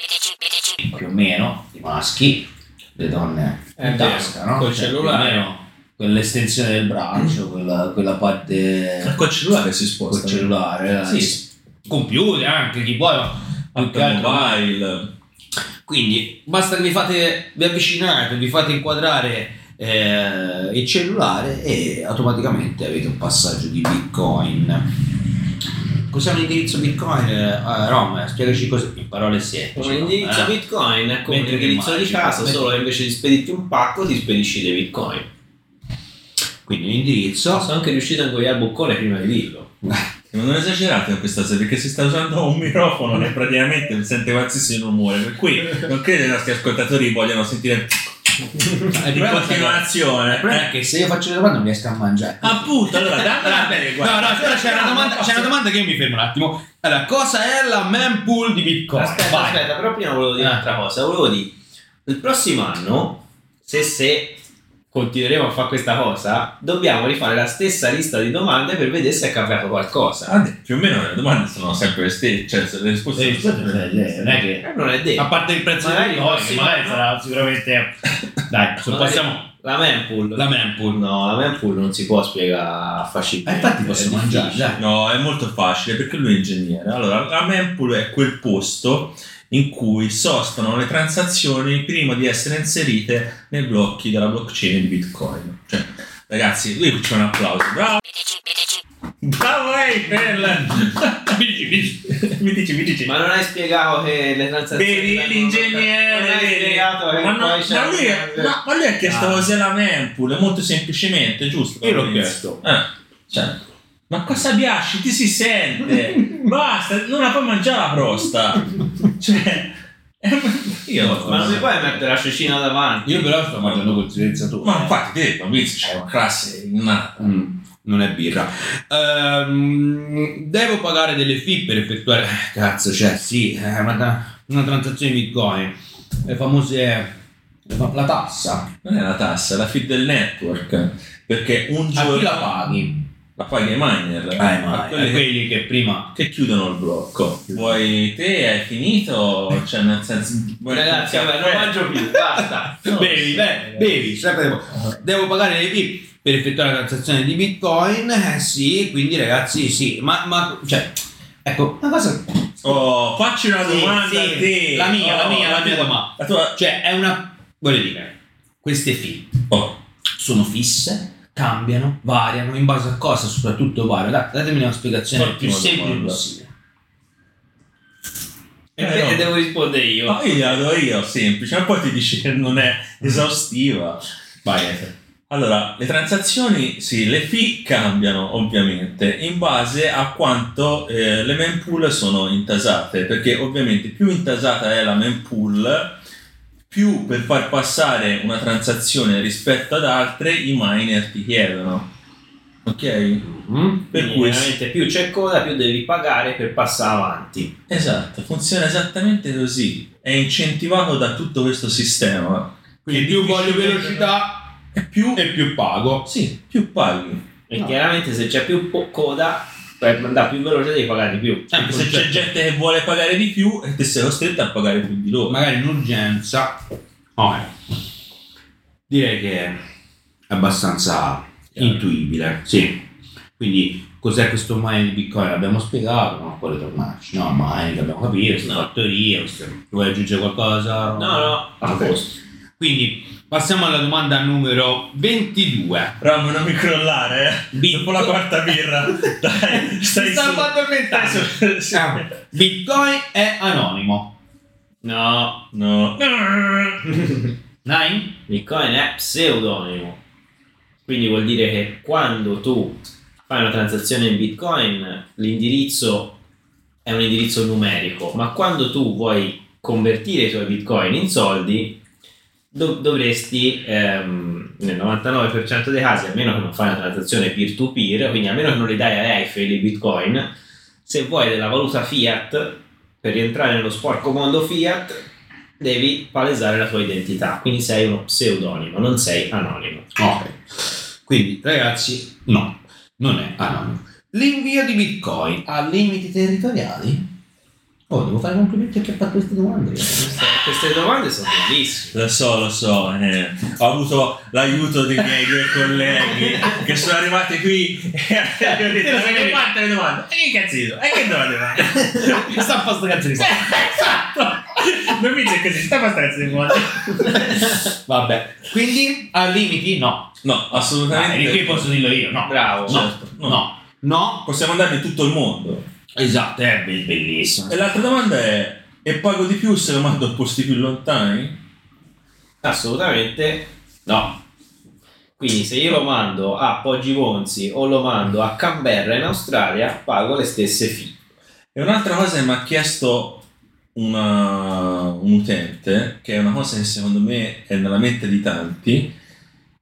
Speaker 5: più o meno, i maschi, le donne
Speaker 4: Eh,
Speaker 5: in
Speaker 4: vero,
Speaker 5: tasca, no?
Speaker 4: col
Speaker 5: Cioè, più o
Speaker 4: cellulare.
Speaker 5: meno Quell'estensione del braccio, quella, quella parte
Speaker 3: Eh, Col cellulare si
Speaker 5: col
Speaker 3: sposta.
Speaker 5: cellulare,
Speaker 3: Sì.
Speaker 5: eh, computer anche chi vuoi, ma più che
Speaker 3: Anche
Speaker 5: altro-
Speaker 3: mobile.
Speaker 5: Quindi basta che vi fate, vi avvicinate, vi fate inquadrare eh, il cellulare e automaticamente avete un passaggio di bitcoin. Cos'è un indirizzo Bitcoin? Eh, Rom, spiegaci così in parole semplici.
Speaker 4: Un
Speaker 5: no?
Speaker 4: indirizzo
Speaker 5: Eh.
Speaker 4: Bitcoin è come un
Speaker 5: Mentre che
Speaker 4: indirizzo di
Speaker 5: immagini,
Speaker 4: casa,
Speaker 5: mentre-
Speaker 4: solo che invece di spedirti un pacco ti spedisci dei Bitcoin.
Speaker 5: Quindi un indirizzo.
Speaker 4: Sono anche riuscito a ingoiare boccone prima di dirlo.
Speaker 3: Ma non esagerate con questa serie perché si sta usando un microfono e praticamente sente qualsiasi rumore. Per cui non credo che i nostri ascoltatori vogliano sentire in continuazione. eh.
Speaker 5: Il problema è che se io faccio le domande non riesco a mangiare.
Speaker 3: Appunto,
Speaker 5: <laughs>
Speaker 3: allora dammela bene,
Speaker 5: No,
Speaker 3: guarda.
Speaker 5: no, allora c'è una, domanda, c'è una domanda che io mi fermo un attimo. Allora, cosa è la mempool di Bitcoin?
Speaker 4: Aspetta,
Speaker 5: Vai.
Speaker 4: aspetta, però prima volevo dire
Speaker 5: Eh.
Speaker 4: un'altra cosa. Volevo dire, il prossimo anno, se se continueremo a fare questa cosa, dobbiamo rifare la stessa lista di domande per vedere se è cambiato qualcosa.
Speaker 3: Ah, beh, più o meno le domande sono sempre le stesse, cioè se le risposte
Speaker 6: Eh,
Speaker 3: sono
Speaker 6: certo,
Speaker 3: sempre le
Speaker 6: cioè, eh,
Speaker 3: stesse.
Speaker 6: non è che
Speaker 4: Eh, non è
Speaker 5: A
Speaker 4: detto.
Speaker 5: parte il prezzo
Speaker 4: Magari
Speaker 5: di Bitcoin,
Speaker 4: prossimo-
Speaker 6: magari sarà sicuramente dai
Speaker 5: se passiamo
Speaker 4: La mempool.
Speaker 5: alla mempool.
Speaker 4: No, la mempool non si può spiegare facilmente.
Speaker 5: Eh, infatti posso
Speaker 4: è difficile.
Speaker 5: mangiare, dai.
Speaker 3: No, è molto facile perché lui è ingegnere. Allora, la mempool è quel posto in cui sostano le transazioni prima di essere inserite nei blocchi della blockchain di Bitcoin. Cioè, ragazzi, lui qui c'è un applauso. Bravo! Bravo Eiffel! <laughs> mi dici, mi dici.
Speaker 4: Ma non hai spiegato che le transazioni...
Speaker 3: Vedi
Speaker 4: vengono-
Speaker 3: l'ingegnere,
Speaker 4: Non hai
Speaker 3: vedi.
Speaker 4: spiegato che
Speaker 3: ma, no-
Speaker 4: poi c'è...
Speaker 3: ma lui, ma- ma lui ha chiesto
Speaker 4: Ah.
Speaker 3: cos'è la mempool, molto semplicemente, giusto?
Speaker 5: Io l'ho
Speaker 3: Maurizio?
Speaker 5: chiesto.
Speaker 3: Eh, cioè, ma cosa piaci? Ti si sente? Basta, non la puoi mangiare la prosta. cioè, eh, io
Speaker 4: Ma non mi puoi mettere la cecina davanti?
Speaker 5: Io però sto mangiando col silenziatore.
Speaker 3: Ma infatti, te, Maurizio, c'è una classe innata.
Speaker 5: Mm, non è birra. Ehm, devo pagare delle fee per effettuare. Cazzo, cioè, sì, è una, tra- una transazione di bitcoin. Le famose. le fa- La tassa.
Speaker 3: Non è la tassa, è la feed del network. Perché un
Speaker 5: A
Speaker 3: giorno
Speaker 5: chi la paghi?
Speaker 3: la paghi ai miner.
Speaker 5: Eh,
Speaker 3: A
Speaker 5: ma Ecco.
Speaker 3: quelli
Speaker 5: quelli,
Speaker 3: che
Speaker 5: quelli che prima.
Speaker 3: che chiudono il blocco. Vuoi te hai finito? Cioè, nel senso. vuoi
Speaker 4: Ragazzi,
Speaker 3: un
Speaker 4: vabbè, non
Speaker 3: caffè?
Speaker 4: mangio più, basta.
Speaker 3: No,
Speaker 5: <laughs> bevi,
Speaker 3: sì.
Speaker 5: beh, bevi, sempre devo, devo pagare le fee per effettuare la transazione di bitcoin. Eh sì, quindi ragazzi, sì, ma, ma cioè, ecco, una cosa.
Speaker 3: Oh, facci una
Speaker 5: Sì,
Speaker 3: domanda
Speaker 5: sì,
Speaker 3: a te.
Speaker 5: La mia, la
Speaker 3: Oh,
Speaker 5: mia, la mia
Speaker 3: tua-
Speaker 5: domanda.
Speaker 3: La tua.
Speaker 5: Cioè, è una. voglio dire, queste fee
Speaker 3: Oh,
Speaker 5: sono fisse, cambiano, variano, in base a cosa soprattutto variano. Da- datemi una spiegazione
Speaker 3: Ottima
Speaker 5: più semplice
Speaker 3: domanda.
Speaker 5: possibile.
Speaker 4: E
Speaker 3: Eh, no.
Speaker 4: te- devo rispondere io.
Speaker 3: ma io gliela do io, semplice, ma poi ti dici che non è esaustiva.
Speaker 5: Vai,
Speaker 3: Allora, le transazioni, sì, le fee cambiano ovviamente in base a quanto eh, le mempool sono intasate, perché ovviamente più intasata è la mempool, più per far passare una transazione rispetto ad altre i miner ti chiedono. Ok? Per
Speaker 4: Per
Speaker 3: cui
Speaker 4: cui veramente più c'è coda, più devi pagare per passare avanti.
Speaker 3: Esatto, funziona esattamente così. È incentivato da tutto questo sistema.
Speaker 5: Quindi
Speaker 3: Che
Speaker 5: più voglio
Speaker 3: difficilmente-
Speaker 5: velocità
Speaker 3: E più,
Speaker 5: e più pago.
Speaker 3: sì, più paghi.
Speaker 4: E chiaramente se c'è più po- coda, per andare più veloce devi pagare di più.
Speaker 5: Sempre
Speaker 3: se c'è gente che vuole pagare di più e te sei costretto a pagare più di loro.
Speaker 5: magari in urgenza. Oh, eh. Direi che è abbastanza
Speaker 3: Chiaro.
Speaker 5: intuibile. Sì. Quindi cos'è questo mining di Bitcoin? L'abbiamo spiegato, non può ritornarci. No, mining, abbiamo capito, questa
Speaker 4: No.
Speaker 5: fattoria, queste- vuoi aggiungere qualcosa?
Speaker 4: No, no, a
Speaker 5: Ok.
Speaker 4: posto.
Speaker 5: Quindi passiamo alla domanda numero 22.
Speaker 3: Ram, non mi crollare, eh.
Speaker 5: Bip.
Speaker 3: Dopo la
Speaker 5: <laughs>
Speaker 3: quarta birra. Dai, stai su. Stai
Speaker 5: addormentando.
Speaker 3: su. Sì.
Speaker 5: Ah, Bitcoin è anonimo.
Speaker 4: No,
Speaker 3: No.
Speaker 5: Nine?
Speaker 4: Bitcoin è pseudonimo. Quindi vuol dire che quando tu fai una transazione in Bitcoin, l'indirizzo è un indirizzo numerico, ma quando tu vuoi convertire i tuoi Bitcoin in soldi, dov- dovresti, ehm, nel 99% dei casi, a meno che non fai una transazione peer-to-peer, quindi a meno che non li dai a Eiffel i Bitcoin, se vuoi della valuta fiat, per rientrare nello sporco mondo fiat, devi palesare la tua identità, quindi sei uno pseudonimo, non sei anonimo.
Speaker 5: Ok. Quindi ragazzi, no, non è anonimo. L'invio di Bitcoin ha limiti territoriali? Oh, devo fare complimenti a chi ha fatto queste domande.
Speaker 3: <laughs>
Speaker 4: Queste, queste domande sono bellissime.
Speaker 3: Lo so, lo so, eh. ho avuto l'aiuto dei miei due colleghi che sono arrivati qui
Speaker 5: Cioè,
Speaker 3: e mi ho detto, "Ma che fatte le domande? E che cazzino, e che domande fa? <laughs>
Speaker 5: Sta a posto cazzo di
Speaker 3: Eh, Esatto! Non mi dice così, sta abbastanza di buono.
Speaker 5: <laughs> Vabbè. Quindi ha limiti? No.
Speaker 3: No,
Speaker 5: Dai,
Speaker 3: assolutamente.
Speaker 5: di qui posso dirlo io, no.
Speaker 4: Bravo.
Speaker 5: No.
Speaker 3: Certo, no.
Speaker 5: No. No.
Speaker 3: Possiamo andare in tutto il mondo.
Speaker 5: Esatto, è be- bellissimo.
Speaker 3: E l'altra domanda è: e pago di più se lo mando a posti più lontani?
Speaker 4: Assolutamente no. Quindi se io lo mando a Poggi Vonzi o lo mando a Canberra in Australia, pago le stesse fee.
Speaker 3: E un'altra cosa che mi ha chiesto una- un utente, che è una cosa che secondo me è nella mente di tanti,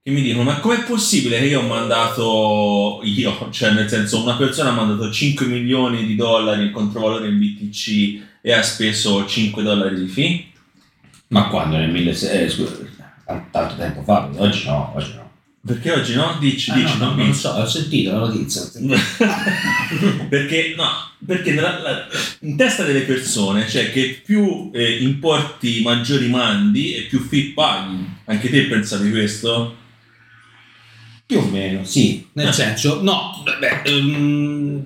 Speaker 3: che mi dicono: ma com'è possibile che io ho mandato, io, <laughs> cioè nel senso, una persona ha mandato 5 milioni di dollari in controvalore in BTC e ha speso 5 dollari di fee?
Speaker 5: Ma quando nel 1600... eh, scusa, tan- tanto tempo fa, oggi no, oggi no.
Speaker 3: Perché oggi no? Dici,
Speaker 5: Ah,
Speaker 3: dici,
Speaker 5: no,
Speaker 3: non
Speaker 5: no,
Speaker 3: mi-
Speaker 5: non lo so, ho sentito la notizia.
Speaker 3: <laughs> perché no, perché nella- la- in testa delle persone c'è che più eh, importi maggiori mandi e più fee paghi. Anche te pensavi questo?
Speaker 5: Più o meno, sì. Nel senso, no, vabbè, ehm,
Speaker 4: Mm,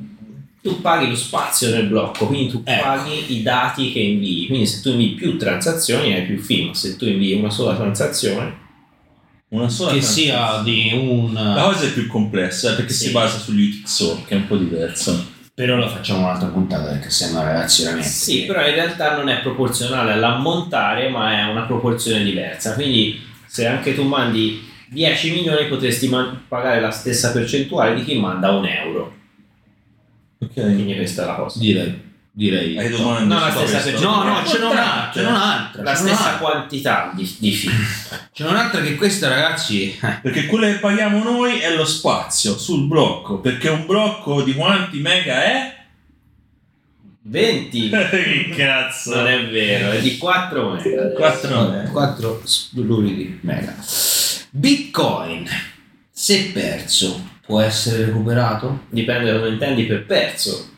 Speaker 4: Tu paghi lo spazio nel blocco, quindi tu
Speaker 5: Ecco.
Speaker 4: paghi i dati che invii. Quindi se tu invii più transazioni hai più fee, ma se tu invii una sola transazione,
Speaker 3: Una sola
Speaker 5: che
Speaker 3: trans-
Speaker 5: sia di
Speaker 3: La
Speaker 5: un...
Speaker 3: cosa è più complessa eh, perché
Speaker 4: Sì.
Speaker 3: si basa sugli UTXO, che è un po' diverso.
Speaker 5: Però lo facciamo un'altra puntata perché sembra ragazzi veramente...
Speaker 4: eh sì, però in realtà non è proporzionale all'ammontare, ma è una proporzione diversa. Quindi se anche tu mandi 10 milioni potresti man- pagare la stessa percentuale di chi manda un euro.
Speaker 3: Ok.
Speaker 4: Quindi questa è la cosa.
Speaker 5: Direi, direi.
Speaker 3: Hai domande?
Speaker 4: No, la
Speaker 3: su
Speaker 4: stessa
Speaker 3: questo?
Speaker 5: No, no,
Speaker 4: Contratto.
Speaker 5: ce n'è un'altra, ce n'è un'altra.
Speaker 4: La
Speaker 5: ce n'è
Speaker 4: stessa
Speaker 5: un'altra.
Speaker 4: quantità di, di fee.
Speaker 5: C'è un'altra che questa, ragazzi,
Speaker 3: Perché quello che paghiamo noi è lo spazio sul blocco. Perché un blocco di quanti mega è? <laughs>
Speaker 4: 20
Speaker 3: che cazzo!
Speaker 4: <laughs> non è vero, eh. è di 4 mega.
Speaker 3: 4 mega.
Speaker 5: 4 spluri di mega. Bitcoin, se perso, può essere recuperato?
Speaker 4: Dipende da come intendi per perso.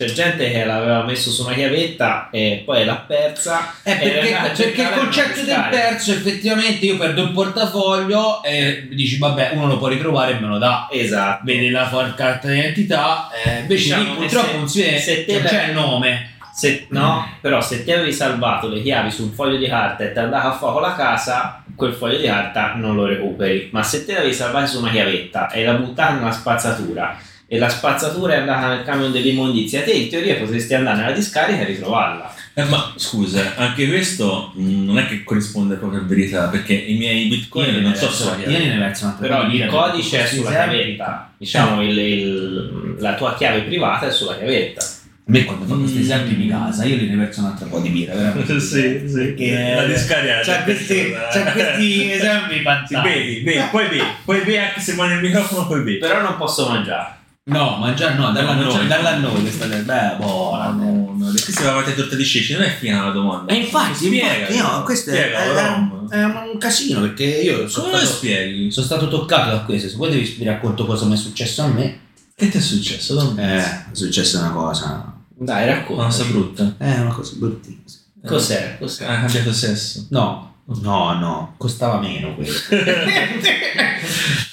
Speaker 4: C'è gente che l'aveva messo su una chiavetta e poi l'ha persa.
Speaker 5: Eh, perché,
Speaker 4: era-
Speaker 5: perché il
Speaker 4: cercava di
Speaker 5: concetto del
Speaker 4: pescare.
Speaker 5: perso, effettivamente, io perdo il portafoglio e dici, vabbè, uno lo può ritrovare e me lo dà.
Speaker 4: Esatto.
Speaker 5: Vede la for- carta d'identità, eh, invece
Speaker 4: Diciamo
Speaker 5: lì
Speaker 4: che
Speaker 5: purtroppo
Speaker 4: se-
Speaker 5: non si vede,
Speaker 4: se te
Speaker 5: non
Speaker 4: la-
Speaker 5: c'è il nome.
Speaker 4: Se- no, però se ti avevi salvato le chiavi su un foglio di carta e ti andavi a fuoco la casa, quel foglio di carta non lo recuperi. Ma se te l'avevi salvato su una chiavetta e la buttata nella spazzatura e la spazzatura è andata nel camion dell'immondizia, te in teoria potresti andare nella discarica e ritrovarla.
Speaker 3: Eh, ma scusa, anche questo mh, non è che corrisponde proprio a verità, perché i miei bitcoin non so se
Speaker 5: Eh, Io ne verso un'altra
Speaker 4: Però il
Speaker 5: lira,
Speaker 4: codice è
Speaker 5: questi
Speaker 4: sulla
Speaker 5: esempi.
Speaker 4: chiavetta, diciamo il- il- la tua chiave privata è sulla chiavetta.
Speaker 5: A me quando fa questi
Speaker 3: Mm.
Speaker 5: esempi di casa, io li riverso un altro po' di birra, veramente.
Speaker 4: <laughs>
Speaker 3: sì, sì.
Speaker 5: Perché-
Speaker 3: La discarica.
Speaker 4: cioè,
Speaker 5: C'ha questi, c'ha <laughs>
Speaker 4: <laughs>
Speaker 5: questi esempi
Speaker 3: Sì,
Speaker 5: fantastici.
Speaker 3: bevi, bevi, poi bevi, poi bevi anche se mani il microfono, poi bevi.
Speaker 4: Però non posso mangiare.
Speaker 5: No, mangiare no, dalla
Speaker 3: A noi.
Speaker 5: noi, dalla noi questa del- beh, boh, buona.
Speaker 3: no, no, perché se a torta di ceci non è fina la domanda.
Speaker 5: E Eh, infatti,
Speaker 3: Spiega,
Speaker 5: infatti, no, questo è-
Speaker 3: spiega,
Speaker 5: è, è
Speaker 3: Rom.
Speaker 5: un, è un casino perché io sono
Speaker 3: Come lo
Speaker 5: stato,
Speaker 3: spieghi?
Speaker 5: sono stato toccato da questo. Se vuoi devi- vi racconto cosa mi è successo a me.
Speaker 3: Che ti è successo? Dom?
Speaker 5: Eh, è successa una cosa.
Speaker 4: Dai,
Speaker 3: Una cosa
Speaker 4: racconta.
Speaker 3: brutta.
Speaker 5: Eh, una cosa bruttina.
Speaker 4: Cos'è? Cos'è?
Speaker 5: <laughs>
Speaker 3: Ha cambiato sesso.
Speaker 5: No, no, no, costava meno quello. <laughs>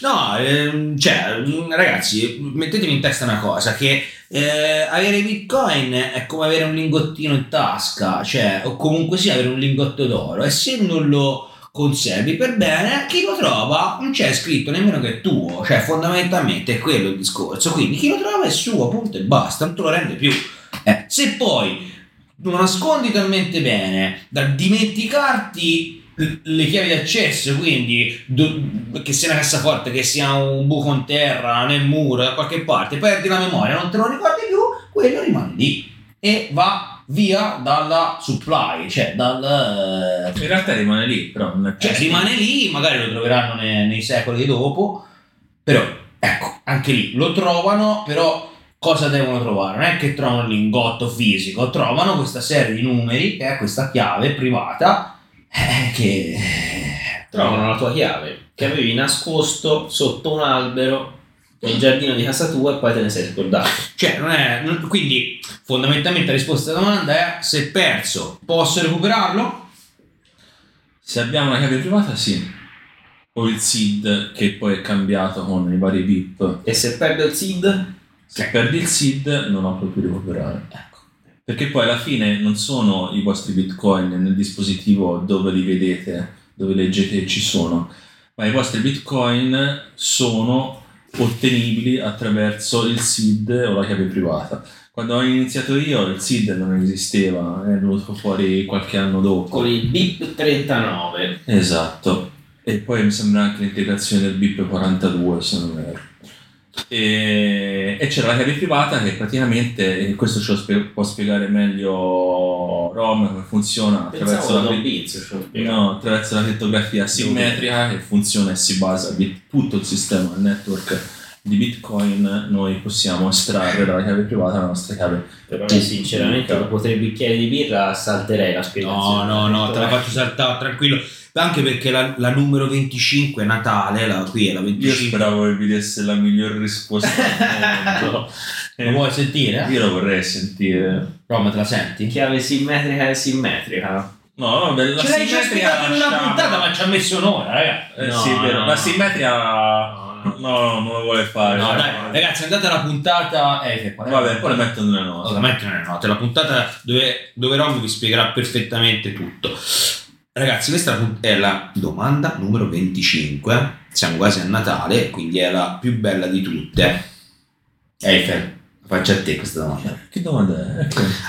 Speaker 5: no, ehm, cioè, mm, ragazzi, mettetemi in testa una cosa, che eh, avere bitcoin è come avere un lingottino in tasca, cioè, o comunque sì, avere un lingotto d'oro, e se non lo conservi per bene, chi lo trova non c'è scritto nemmeno che è tuo, cioè fondamentalmente è quello il discorso, quindi chi lo trova è suo, punto e basta, non te lo rende più. Eh, se poi lo nascondi talmente bene da dimenticarti l- le chiavi d'accesso, quindi do- che sia una cassaforte, che sia un buco in terra, nel muro, da qualche parte, perdi la memoria, non te lo ricordi più, quello rimane lì e va via dalla supply, cioè dal...
Speaker 3: In realtà rimane lì, però non è
Speaker 4: Eh
Speaker 5: Cioè rimane lì, magari lo troveranno ne- nei secoli dopo, però ecco, anche lì lo trovano, però cosa devono trovare? Non è che trovano il lingotto fisico, trovano questa serie di numeri, che è questa chiave privata, eh, che... eh,
Speaker 4: trovano la tua chiave che avevi nascosto sotto un albero nel giardino di casa tua e poi te ne sei scordato.
Speaker 5: Cioè, non è... non- quindi fondamentalmente la risposta alla domanda è se perso, posso recuperarlo?
Speaker 3: Se abbiamo una chiave privata, sì. O il SID che poi è cambiato con i vari VIP.
Speaker 4: E se perdo il SID?
Speaker 3: Se perdi il SID non lo puoi più recuperare.
Speaker 4: Ecco.
Speaker 3: Perché poi alla fine non sono i vostri bitcoin nel dispositivo dove li vedete, dove leggete che ci sono, ma i vostri bitcoin sono ottenibili attraverso il SID o la chiave privata. Quando ho iniziato io il SID non esisteva, è venuto fuori qualche anno dopo.
Speaker 4: con il BIP 39
Speaker 3: Esatto. E poi mi sembra anche l'integrazione del BIP 42, se non erro. E, e c'era la chiave privata che praticamente, e questo ce lo spie- può spiegare meglio Rom come funziona attraverso
Speaker 4: pensavo
Speaker 3: la,
Speaker 4: da
Speaker 3: cri-
Speaker 4: un pizzo cioè.
Speaker 3: No, attraverso la crittografia simmetrica che funziona e si basa di tutto il sistema, il network di Bitcoin, noi possiamo estrarre dalla chiave privata la nostra chiave.
Speaker 4: per me sinceramente dopo tre bicchieri di birra salterei la
Speaker 5: No,
Speaker 4: spiegazione
Speaker 5: no, no, te la faccio saltare tranquillo. Anche perché la, la numero 25 è Natale, la, qui è la
Speaker 3: Io
Speaker 5: 25.
Speaker 3: speravo che vi desse la miglior
Speaker 4: <laughs>
Speaker 3: risposta al mondo.
Speaker 5: Lo vuoi sentire?
Speaker 3: Io la vorrei sentire.
Speaker 5: Roma, te la senti?
Speaker 4: chiave simmetrica e simmetrica
Speaker 3: No, vabbè, la
Speaker 5: Ce l'hai già
Speaker 3: simmetria
Speaker 5: spiegato nella
Speaker 3: lasciamo.
Speaker 5: puntata, ma ci ha messo un'ora, ragazzi.
Speaker 3: Eh,
Speaker 4: No,
Speaker 3: sì, però
Speaker 4: no,
Speaker 3: la
Speaker 4: no.
Speaker 3: simmetria no, no, non la vuole fare.
Speaker 5: No,
Speaker 3: Cioè,
Speaker 5: dai, ragazzi, andate alla puntata. Eh, che qua-
Speaker 3: Vabbè, poi le metto nelle note.
Speaker 5: Cosa mettono nelle note? La puntata dove, dove Rom vi spiegherà perfettamente tutto. Ragazzi, questa è la pun- è la domanda numero 25. Siamo quasi a Natale, quindi è la più bella di tutte. Eiffel, faccio a te questa domanda.
Speaker 3: Che domanda è?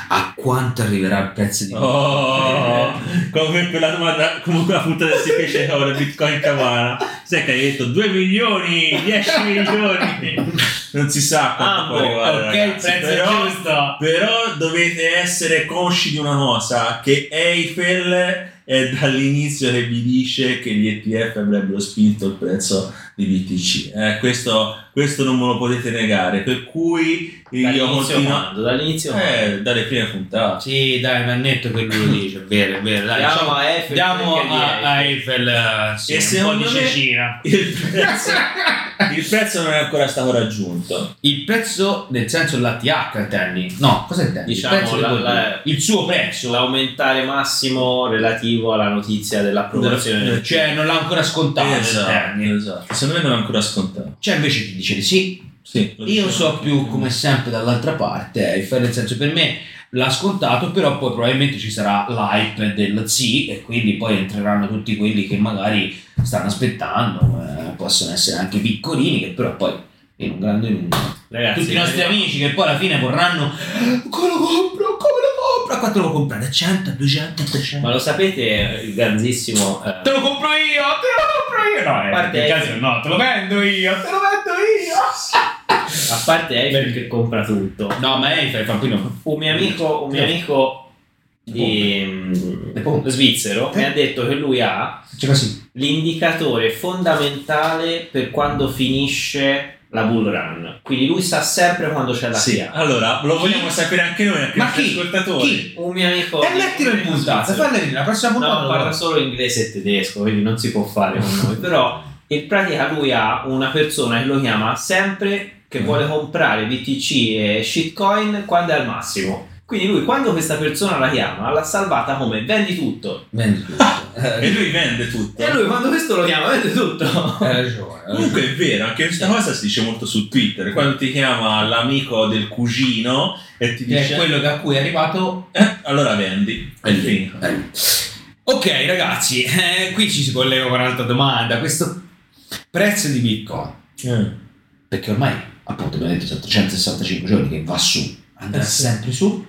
Speaker 5: A quanto arriverà il prezzo di
Speaker 3: Oh, come quella domanda, comunque la puntata si fece ora Bitcoin Cavana. Sai che hai detto 2 milioni, 10 milioni. Non si sa quanto può arrivare,
Speaker 5: Ah, ok,
Speaker 3: ragazzi,
Speaker 5: il prezzo è
Speaker 3: però,
Speaker 5: giusto.
Speaker 3: però dovete essere consci di una cosa, che Eiffel è dall'inizio che vi dice che gli ETF avrebbero spinto il prezzo di BTC. Eh, questo, questo non me lo potete negare, per cui io
Speaker 4: dall'inizio
Speaker 3: continuo...
Speaker 4: mando dall'inizio mando.
Speaker 3: Eh, dalle prime puntate.
Speaker 5: Sì, dai, ma è netto che lui lo dice, è vero, è vero. Dai,
Speaker 4: Diamo
Speaker 5: diciamo-
Speaker 4: a Eiffel
Speaker 5: diamo
Speaker 4: perché
Speaker 5: a, a Eiffel eh, sì,
Speaker 3: E
Speaker 5: un
Speaker 3: secondo
Speaker 5: po' di
Speaker 3: me-
Speaker 5: <laughs> cecina.
Speaker 3: Il prezzo, il prezzo non è ancora stato raggiunto.
Speaker 5: Il prezzo nel senso l'ATH intendi? No, cosa intendi?
Speaker 4: Diciamo
Speaker 5: il, prezzo
Speaker 4: la-
Speaker 5: del-
Speaker 4: la-
Speaker 5: il suo prezzo,
Speaker 4: l'aumentare massimo relativo alla notizia dell'approvazione
Speaker 3: Della-
Speaker 4: del
Speaker 5: cioè non l'ha ancora scontato.
Speaker 3: esatto,
Speaker 5: intendi.
Speaker 3: esatto. Secondo me non è ancora scontato.
Speaker 5: Cioè invece ti dice di sì.
Speaker 3: Sì, lo
Speaker 5: Io
Speaker 3: dicevo
Speaker 5: so
Speaker 4: Diciamo
Speaker 3: anche
Speaker 5: più
Speaker 3: prima.
Speaker 5: come sempre dall'altra parte, eh, nel senso per me l'ha scontato, però poi probabilmente ci sarà l'hype del sì e quindi poi entreranno tutti quelli che magari stanno aspettando, eh, possono essere anche piccolini che però poi in un grande numero
Speaker 4: ragazzi
Speaker 5: tutti i nostri
Speaker 4: arriviamo-
Speaker 5: amici che poi alla fine vorranno come lo compro come lo compro a quanto lo comprate a 100 a 200 a 300
Speaker 4: ma lo sapete eh, il grandissimo eh,
Speaker 5: te lo compro io te lo compro io no
Speaker 4: A
Speaker 5: eh,
Speaker 4: parte-
Speaker 5: nel caso no te lo vendo io te lo vendo
Speaker 4: a parte Eiffel che compra tutto
Speaker 5: io no ma Eiffel fa qui no
Speaker 4: un mio amico, un mio amico di, mm,
Speaker 5: Le pompe.
Speaker 4: svizzero
Speaker 5: Eh.
Speaker 4: mi ha detto che lui ha
Speaker 5: c'è così
Speaker 4: l'indicatore fondamentale per quando finisce la bull run quindi lui sa sempre quando c'è la
Speaker 3: Sì,
Speaker 4: FIA
Speaker 3: allora lo vogliamo sapere anche noi, anche
Speaker 5: ma
Speaker 3: gli
Speaker 5: chi
Speaker 3: ascoltatori.
Speaker 5: chi
Speaker 4: un mio amico
Speaker 5: e mettilo in puntata
Speaker 4: svizzero.
Speaker 5: falle lì la prossima puntata
Speaker 4: no
Speaker 5: lo
Speaker 4: parla
Speaker 5: faccio.
Speaker 4: solo inglese e tedesco quindi non si può fare con noi però in pratica lui ha una persona che lo chiama sempre
Speaker 5: Mm.
Speaker 4: che vuole comprare BTC e shitcoin quando è al massimo quindi lui quando questa persona la chiama l'ha salvata come vendi tutto
Speaker 5: Vendi tutto.
Speaker 3: E
Speaker 5: <laughs> Eh,
Speaker 3: lui vende tutto.
Speaker 4: E lui quando questo lo chiama, vede tutto.
Speaker 5: hai ragione hai ragione.
Speaker 3: Comunque è vero, anche questa cosa si dice molto su Twitter, quando ti chiama l'amico del cugino e ti
Speaker 5: Che
Speaker 3: dice
Speaker 5: è quello che a cui è arrivato
Speaker 3: "Eh, allora vendi.
Speaker 5: È lì,
Speaker 3: Sì.
Speaker 5: è lì. Eh. Ok ragazzi, eh, qui ci si collega con un'altra domanda, questo prezzo di Bitcoin,
Speaker 3: Eh.
Speaker 5: perché ormai appunto abbiamo detto sono 365 giorni che va su, andrà
Speaker 3: Eh sì.
Speaker 5: sempre su,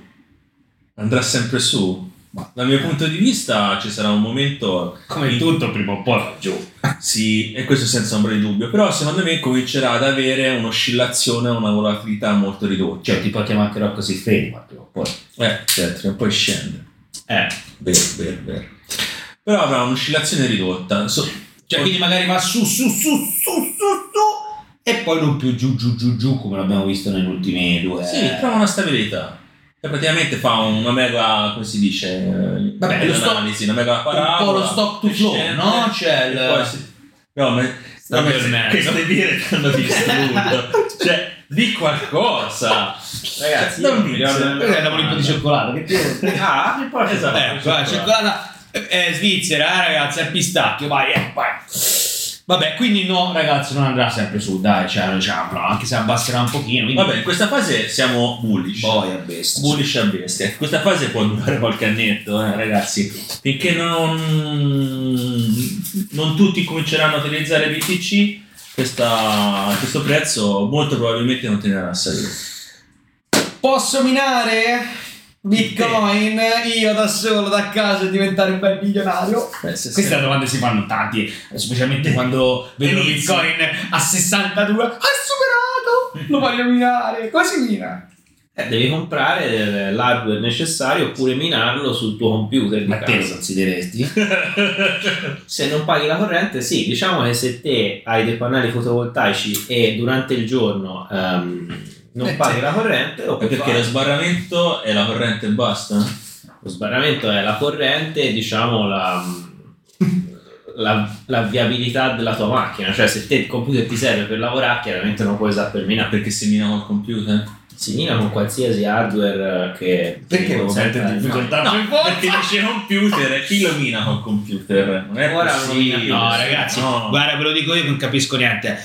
Speaker 3: Andrà sempre su. Ma dal mio punto di vista ci sarà un momento
Speaker 5: come
Speaker 3: in-
Speaker 5: tutto prima o poi va giù.
Speaker 3: Sì, e questo senza ombra di dubbio, però secondo me comincerà ad avere un'oscillazione, una volatilità molto ridotta.
Speaker 5: Cioè ti portiamo anche Rocco si ferma prima o poi.
Speaker 3: eh, certo, e poi scende.
Speaker 4: Eh,
Speaker 3: Vero, vero, vero. Però avrà un'oscillazione ridotta. So-
Speaker 5: Cioè quindi magari va su, su, su, su, su, su e poi non più giù, giù, giù, giù come l'abbiamo visto negli ultimi due.
Speaker 3: sì, trova una stabilità. E praticamente fa una mega, come si dice, eh,
Speaker 5: Vabbè, lo stock-
Speaker 3: analisi, una mega
Speaker 5: un
Speaker 3: parabola.
Speaker 5: po' lo stock to flow,
Speaker 3: scende,
Speaker 5: no? Cioè
Speaker 3: e
Speaker 5: il...
Speaker 3: poi si- No, ma
Speaker 4: Sta
Speaker 3: no, ma
Speaker 4: tornando.
Speaker 3: queste birre ti hanno
Speaker 5: <laughs>
Speaker 3: distrutto. cioè, di qualcosa. Cioè,
Speaker 4: ragazzi,
Speaker 3: Non
Speaker 4: io
Speaker 3: mi
Speaker 4: mi ricordo
Speaker 3: dice.
Speaker 5: Perché andiamo lì un po' di cioccolato? Che ti-
Speaker 4: Ah, apri poi
Speaker 3: <laughs> Esatto.
Speaker 5: Eh, qua, cioccolata eh, Svizzera, eh, ragazzi, al pistacchio, vai, eh, vai. Vabbè, quindi no, ragazzi, non andrà sempre su, dai, cioè, cioè, no, anche se abbasserà un pochino. Quindi...
Speaker 3: Vabbè, in questa fase siamo bullish.
Speaker 5: boia, bestia.
Speaker 3: Bullish a bestia. Questa fase può durare qualche annetto, eh, ragazzi. Finché non, non tutti cominceranno a utilizzare BTC, questa- questo prezzo molto probabilmente non tenderà a salire.
Speaker 5: Posso minare Bitcoin io da solo da casa e diventare un bel milionario?
Speaker 3: Eh, se-
Speaker 5: Queste
Speaker 3: se-
Speaker 5: domande si fanno tanti,
Speaker 3: Eh,
Speaker 5: specialmente quando vedono
Speaker 3: Inizio.
Speaker 5: Bitcoin a 62. Ha superato! Lo voglio minare! Come si mina?
Speaker 4: Eh, devi comprare eh, l'hardware necessario oppure minarlo sul tuo computer di casa.
Speaker 5: consideresti?
Speaker 4: Se non paghi la corrente, sì, diciamo che se te hai dei pannelli fotovoltaici e durante il giorno ehm, non
Speaker 5: Eh,
Speaker 4: paghi
Speaker 5: sì.
Speaker 4: la corrente, lo
Speaker 3: Eh,
Speaker 4: puoi
Speaker 3: Perché
Speaker 4: fare.
Speaker 3: lo sbarramento è la corrente e basta?
Speaker 4: Lo sbarramento è la corrente, diciamo la, la, la viabilità della tua macchina, cioè se te il computer ti serve per lavorare, chiaramente non puoi usare per minare.
Speaker 3: Ah, Perché si mina col computer?
Speaker 4: Si mina con qualsiasi hardware eh, che
Speaker 5: Perché non
Speaker 4: consente
Speaker 5: sente difficoltà?
Speaker 3: No,
Speaker 5: per forza?
Speaker 3: perché dice computer, e chi lo mina col computer? Non è
Speaker 4: Ora lo
Speaker 3: possibile.
Speaker 4: mina.
Speaker 5: No, ragazzi,
Speaker 3: No.
Speaker 5: guarda, ve lo dico io che non capisco niente.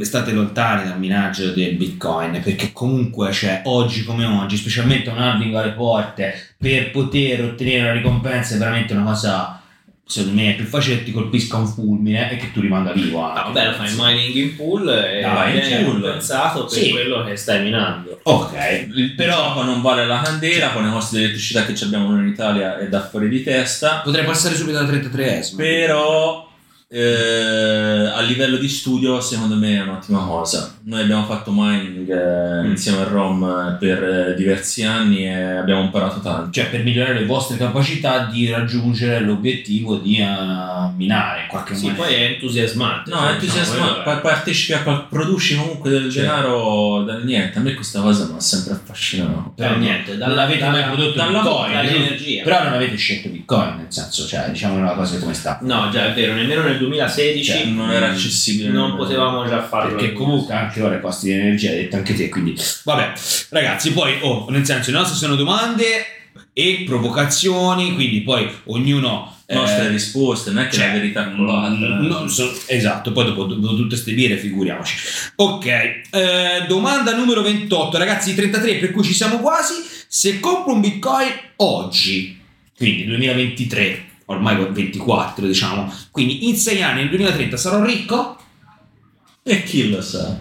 Speaker 5: State lontani dal minaggio del Bitcoin, perché comunque, cioè, oggi come oggi, specialmente un halving alle porte, per poter ottenere una ricompensa è veramente una cosa, secondo me, è più facile che ti colpisca un fulmine e che tu rimanga vivo.
Speaker 4: Ah,
Speaker 5: anche.
Speaker 4: vabbè, lo fai mining in pool e
Speaker 3: Ah, in
Speaker 4: viene
Speaker 3: pool.
Speaker 4: compensato per
Speaker 5: Sì.
Speaker 4: quello che stai minando.
Speaker 5: Ok,
Speaker 3: Il- Però poi non vale la candela con le costi di elettricità che ci abbiamo noi in Italia è da fuori di testa.
Speaker 5: potrei passare subito alla 33esima.
Speaker 3: Però eh, a livello di studio secondo me è un'ottima cosa. Noi abbiamo fatto mining eh,
Speaker 4: Mm.
Speaker 3: insieme a Rom eh, per eh, diversi anni e abbiamo imparato tanto.
Speaker 5: Cioè, per migliorare le vostre capacità di raggiungere l'obiettivo di eh, minare in qualche
Speaker 4: Sì,
Speaker 5: maniera.
Speaker 4: poi è entusiasmante.
Speaker 3: No,
Speaker 4: Cioè, diciamo,
Speaker 3: entusiasmante,
Speaker 4: quello
Speaker 3: pa-
Speaker 4: è-
Speaker 3: partecipi a qual- produci comunque del
Speaker 4: Cioè.
Speaker 3: denaro dal niente. A me questa cosa mi ha sempre affascinato.
Speaker 4: Però Cioè, niente,
Speaker 5: Cioè, non l'avete mai prodotto
Speaker 4: dalla-
Speaker 5: Bitcoin,
Speaker 4: dall'energia.
Speaker 5: Però non avete scelto Bitcoin, nel senso, cioè, diciamo una cosa come sta.
Speaker 4: No, già è vero, nemmeno nel 2016
Speaker 5: Cioè,
Speaker 3: non era accessibile.
Speaker 4: Non potevamo già farlo.
Speaker 5: Perché comunque anche ora i costi di energia, hai detto anche te, quindi... Vabbè, ragazzi, poi, oh, nel senso, le nostre sono domande e provocazioni, quindi poi ognuno... eh,
Speaker 3: nostre risposte, non è che
Speaker 5: cioè,
Speaker 3: la
Speaker 4: mm,
Speaker 3: verità con l'altra.
Speaker 5: non so- esatto, poi dopo, dopo tutte ste birre figuriamoci. Ok, eh, domanda numero 28, ragazzi 33 per cui ci siamo quasi, se compro un bitcoin oggi, quindi 2023, ormai con 24 diciamo, quindi in 6 anni nel 2030 sarò ricco?
Speaker 3: E chi lo sa?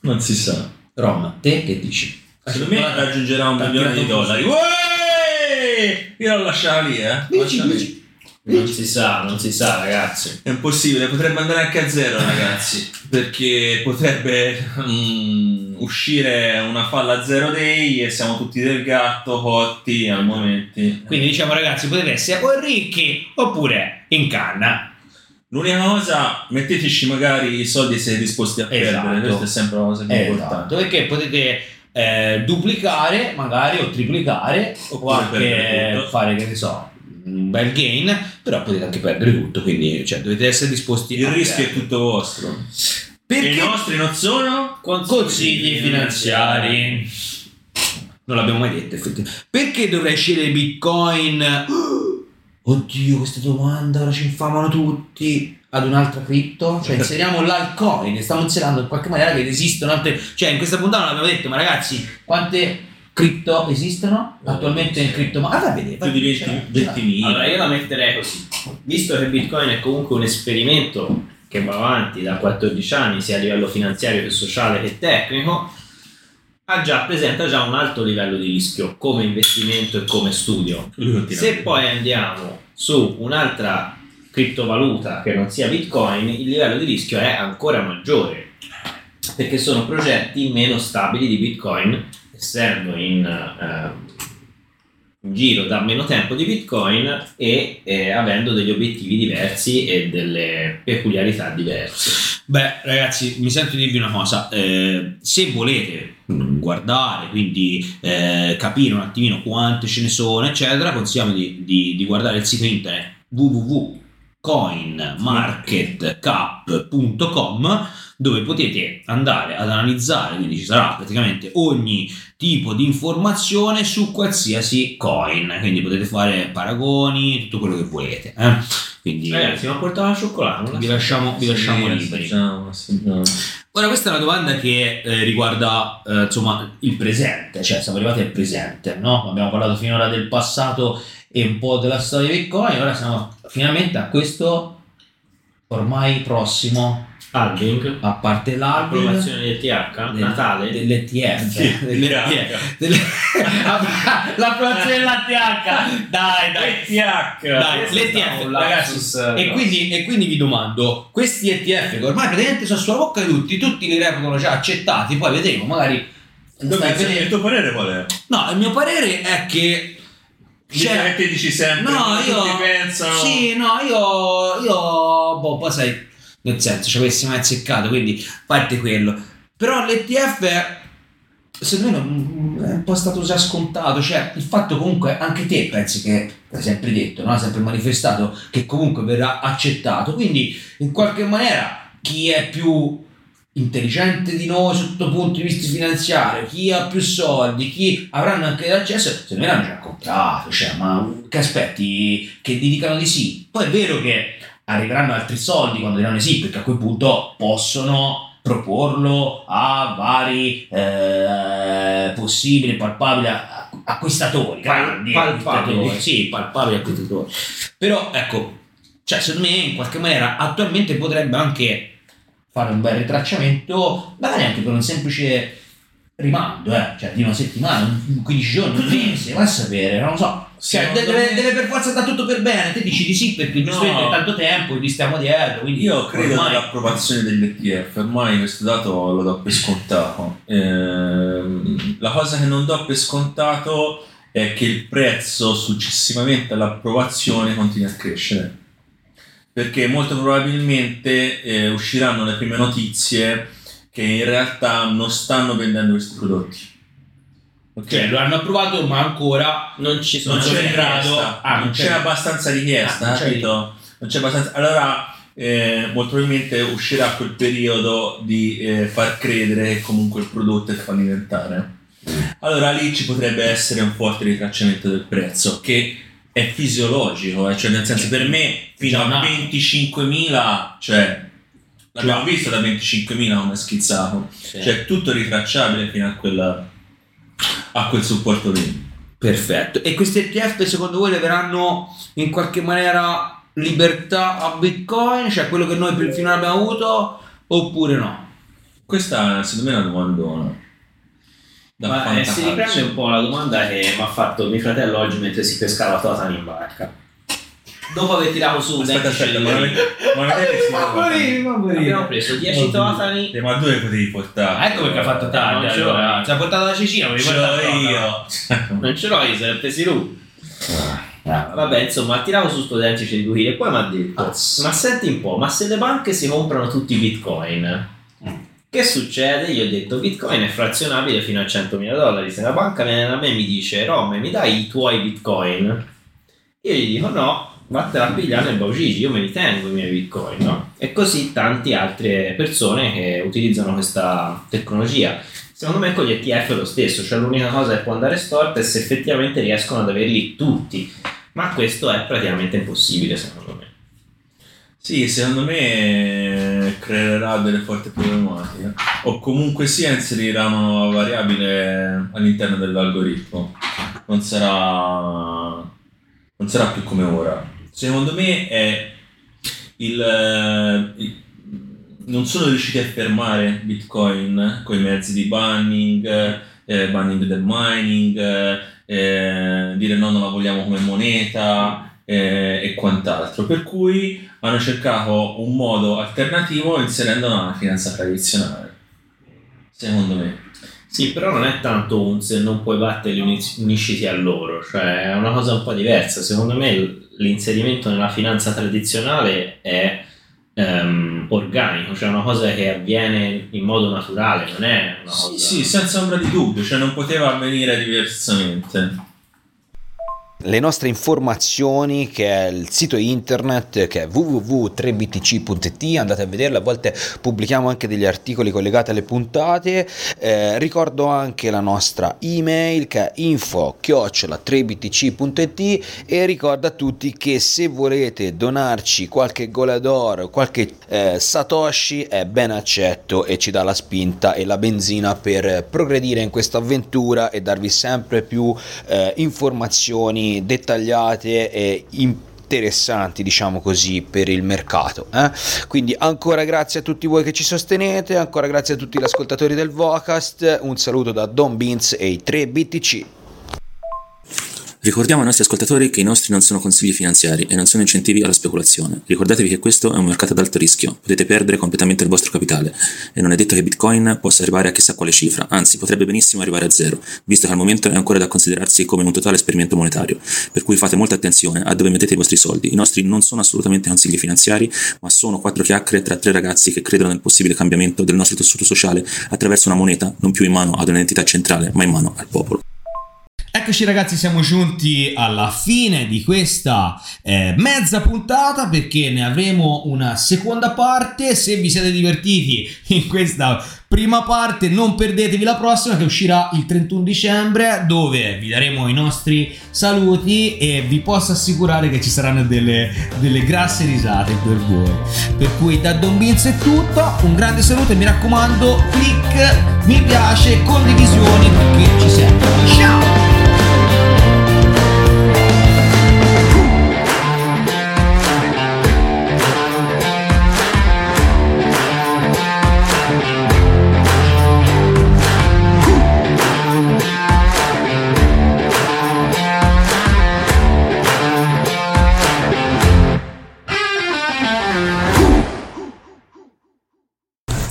Speaker 3: Non si sa.
Speaker 5: Rom, te che dici?
Speaker 3: Secondo me raggiungerà un
Speaker 5: Tanti
Speaker 3: milione di
Speaker 5: autobus.
Speaker 3: dollari. Ueeeh! Io l'ho lasciata lì, eh.
Speaker 5: Dici,
Speaker 3: Lasciala lì.
Speaker 5: dici.
Speaker 4: Non si sa, non si sa, ragazzi.
Speaker 3: È impossibile, potrebbe andare anche a zero, ragazzi. perché potrebbe mm, uscire una falla zero day e siamo tutti del gatto, cotti al momento.
Speaker 5: Quindi diciamo ragazzi potete essere o ricchi oppure in canna.
Speaker 3: L'unica cosa, metteteci magari i soldi se disposti a perdere,
Speaker 5: Esatto.
Speaker 3: questa è sempre una cosa più importante.
Speaker 5: Esatto, perché potete eh, duplicare magari o triplicare o
Speaker 3: Oppure perdere
Speaker 5: anche
Speaker 3: tutto.
Speaker 5: fare che ne so un bel gain però potete anche perdere tutto quindi cioè, dovete essere disposti
Speaker 3: Il
Speaker 5: a
Speaker 3: rischio è
Speaker 5: perdere.
Speaker 3: tutto vostro. E i
Speaker 5: perché
Speaker 3: nostri non sono?
Speaker 5: consigli finanziari non l'abbiamo mai detto effettivamente perché dovrei scegliere bitcoin <gasps> oddio questa domanda ora ci infamano tutti ad un'altra cripto cioè inseriamo l'alcoin stiamo inserendo in qualche maniera che esistono altre cioè in questa puntata non l'abbiamo detto ma ragazzi quante cripto esistono attualmente in Ah, cripto ma allora vedete
Speaker 3: Più di 20 20.000.
Speaker 4: Allora io la metterei così. Visto che Bitcoin è comunque un esperimento che va avanti da 14 anni, sia a livello finanziario che sociale che tecnico, ha già- presenta già un alto livello di rischio come investimento e come studio.
Speaker 3: Lui continua.
Speaker 4: Se poi andiamo su un'altra criptovaluta che non sia Bitcoin, il livello di rischio è ancora maggiore perché sono progetti meno stabili di Bitcoin, essendo in, eh, in giro da meno tempo di Bitcoin e eh, avendo degli obiettivi diversi e delle peculiarità diverse.
Speaker 5: Beh, ragazzi, mi sento di dirvi una cosa. eh, se volete mm, guardare, quindi eh, capire un attimino quante ce ne sono, eccetera, consigliamo di, di- di guardare il sito internet www.coinmarketcap.com dove potete andare ad analizzare, quindi ci sarà praticamente ogni tipo di informazione su qualsiasi coin, quindi potete fare paragoni, tutto quello che volete. eh. Quindi
Speaker 4: Ragazzi, mi ha portato la cioccolata. non la
Speaker 5: vi lasciamo, vi
Speaker 3: Sì,
Speaker 5: lasciamo
Speaker 3: la
Speaker 5: liberi. Eh,
Speaker 3: facciamo, sì, no.
Speaker 5: Ora, questa è una domanda che eh, riguarda eh, insomma il presente, cioè siamo arrivati al presente, no? Abbiamo parlato finora del passato e un po' della storia di Bitcoin, ora siamo finalmente a questo ormai prossimo
Speaker 4: Alving.
Speaker 5: a parte l'album
Speaker 4: Approvazione del TH.
Speaker 5: del-
Speaker 4: Natale.
Speaker 5: dell'ETF dell'ETF delle- <laughs> l'approvazione dell'ATH dai dai
Speaker 4: TH.
Speaker 5: Dai, l'ETF, ragazzi.
Speaker 4: Eh,
Speaker 5: E quindi, e quindi vi domando, questi ETF che ormai praticamente sono sulla bocca di tutti, tutti li reputano già accettati, poi vedremo, magari... stai a vedere.
Speaker 3: Il tuo parere qual è?
Speaker 5: No, il mio parere è che...
Speaker 3: Cioè, te dici sempre,
Speaker 5: No,
Speaker 3: tutti
Speaker 5: io...
Speaker 3: pensano...
Speaker 5: Sì, no, io... Io... Boh, poi sai... Nel senso, ci avessi mai azzeccato, quindi a parte quello. Però l'ETF... Secondo me non- è un po' stato già scontato, cioè il fatto comunque anche te pensi che l'hai sempre detto, no? Hai sempre manifestato che comunque verrà accettato, quindi in qualche maniera chi è più intelligente di noi sotto punto di vista finanziario, chi ha più soldi, chi avranno anche l'accesso, secondo me l'hanno già comprato, cioè, ma che aspetti che ti dicano di sì? Poi è vero che arriveranno altri soldi quando diranno di sì, perché a quel punto possono proporlo a vari eh, possibili, palpabili a- acquistatori,
Speaker 4: Pal-
Speaker 5: grandi
Speaker 4: palpabili.
Speaker 5: acquistatori. sì, palpabili acquistatori. Però ecco, cioè secondo me in qualche maniera attualmente potrebbe anche fare un bel ritracciamento, magari anche per un semplice rimando, eh, cioè di una settimana, un- un 15 giorni, un mese, vai a sapere, non lo so. Cioè,
Speaker 3: Secondo
Speaker 5: de- deve,
Speaker 3: me-
Speaker 5: deve per forza andare tutto per bene, te dici di sì perché giustamente
Speaker 3: No.
Speaker 5: è tanto tempo, gli stiamo dietro, quindi
Speaker 3: Io credo
Speaker 5: ormai-
Speaker 3: nell'approvazione dell'ETF, ormai questo dato lo do per scontato. Ehm, la cosa che non do per scontato è che il prezzo successivamente all'approvazione continua a crescere. Perché molto probabilmente eh, usciranno le prime notizie che in realtà non stanno vendendo questi prodotti. Ok?
Speaker 5: Cioè, lo hanno approvato, ma ancora
Speaker 4: non ci sono
Speaker 3: non c'è in
Speaker 5: in grado.
Speaker 3: grado,
Speaker 5: Ah,
Speaker 3: non
Speaker 5: non
Speaker 3: c'è
Speaker 5: c'è.
Speaker 3: abbastanza richiesta,
Speaker 5: Ah, non c'è.
Speaker 3: capito? Non c'è abbastanza. Allora, eh, molto probabilmente uscirà quel periodo di eh, far credere che comunque il prodotto è fallimentare. Allora lì ci potrebbe essere un forte ritracciamento del prezzo che è fisiologico, eh, cioè nel senso per me fino
Speaker 5: Già
Speaker 3: a
Speaker 5: nato.
Speaker 3: 25.000, cioè l'abbiamo visto da 25.000 come è schizzato, cioè è tutto ritracciabile fino a, quella, a quel supporto lì.
Speaker 5: Perfetto. E questi ETF secondo voi leveranno in qualche maniera libertà a Bitcoin, cioè quello che noi per- finora abbiamo avuto, oppure no?
Speaker 3: Questa secondo me è una domandona. Da
Speaker 4: Ma eh, si
Speaker 3: fantacalcio.
Speaker 4: riprende un po' la domanda che mi ha fatto mio fratello oggi mentre si pescava Totan in barca. Dopo aver tirato su un
Speaker 3: Aspetta,
Speaker 4: deck
Speaker 3: aspetta, ma non è, ma non è
Speaker 4: <laughs>
Speaker 3: che si può-
Speaker 4: abbiamo preso 10 Totani
Speaker 3: Eh, Ma dove potevi portare?
Speaker 5: Ecco perché ha fatto tardi.
Speaker 4: Non ce l'ho.
Speaker 5: Allora. Ci ha portato la Cecilia, volevi
Speaker 3: Ce
Speaker 5: portare
Speaker 3: l'ho
Speaker 5: la
Speaker 3: io.
Speaker 4: non ce l'ho io, se l'ho presi lui.
Speaker 5: torta.
Speaker 4: ah, Vabbè, insomma, ha tirato su studenti di lui e poi mi ha detto:
Speaker 5: Azz.
Speaker 4: Ma senti un po', ma se le banche si comprano tutti i bitcoin, che succede? Io ho detto: Bitcoin è frazionabile fino a 100.000 dollari. Se la banca viene da me e mi dice: Rom, mi dai i tuoi bitcoin? Io gli dico: No, vattene a pigliare nel Baugigi, io me li tengo i miei bitcoin, no? E così tante altre persone che utilizzano questa tecnologia. Secondo me con gli ETF è lo stesso, cioè l'unica cosa che può andare storta è se effettivamente riescono ad averli tutti, ma questo è praticamente impossibile secondo me.
Speaker 3: Sì, secondo me eh, creerà delle forti problematiche. O comunque sia inserirà una nuova variabile all'interno dell'algoritmo. Non sarà. Non sarà più come ora. Secondo me è il. il- non sono riusciti a fermare Bitcoin con i mezzi di banning, eh, banning del mining, eh, dire no, non la vogliamo come moneta eh, e quant'altro. Per cui hanno cercato un modo alternativo inserendo una finanza tradizionale. Secondo me.
Speaker 4: Sì, però non è tanto un se non puoi battere uni- unisciti a loro, cioè è una cosa un po' diversa. Secondo me l- l'inserimento nella finanza tradizionale è ehm, organico, cioè è una cosa che avviene in modo naturale, non è una
Speaker 3: Sì,
Speaker 4: cosa...
Speaker 3: sì, senza ombra di dubbio, cioè non poteva avvenire diversamente.
Speaker 7: le nostre informazioni che è il sito internet che è www.3btc.it andate a vederlo a volte pubblichiamo anche degli articoli collegati alle puntate Eh, ricordo anche la nostra email che è info 3btc.it e ricordo a tutti che se volete donarci qualche golador qualche eh, satoshi è ben accetto e ci dà la spinta e la benzina per progredire in questa avventura e darvi sempre più eh, informazioni dettagliate e in- interessanti, diciamo così, per il mercato. eh. Quindi ancora grazie a tutti voi che ci sostenete, ancora grazie a tutti gli ascoltatori del Vocast, un saluto da Don Beans e i 3 BTC.
Speaker 8: Ricordiamo ai nostri ascoltatori che i nostri non sono consigli finanziari e non sono incentivi alla speculazione. Ricordatevi che questo è un mercato ad alto rischio, potete perdere completamente il vostro capitale e non è detto che Bitcoin possa arrivare a chissà quale cifra, anzi potrebbe benissimo arrivare a zero, visto che al momento è ancora da considerarsi come un totale esperimento monetario, per cui fate molta attenzione a dove mettete i vostri soldi. I nostri non sono assolutamente consigli finanziari, ma sono quattro chiacchiere tra tre ragazzi che credono nel possibile cambiamento del nostro tessuto sociale attraverso una moneta non più in mano ad un'entità centrale, ma in mano al popolo.
Speaker 5: Eccoci ragazzi, siamo giunti alla fine di questa eh, mezza puntata perché ne avremo una seconda parte. Se vi siete divertiti in questa prima parte, non perdetevi la prossima che uscirà il 31 dicembre dove vi daremo i nostri saluti e vi posso assicurare che ci saranno delle, delle grasse risate per voi. Per cui da Don Binz è tutto, un grande saluto e mi raccomando, click, mi piace, condivisioni perché ci siamo. Ciao!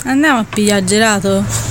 Speaker 9: Andiamo a pigliare gelato?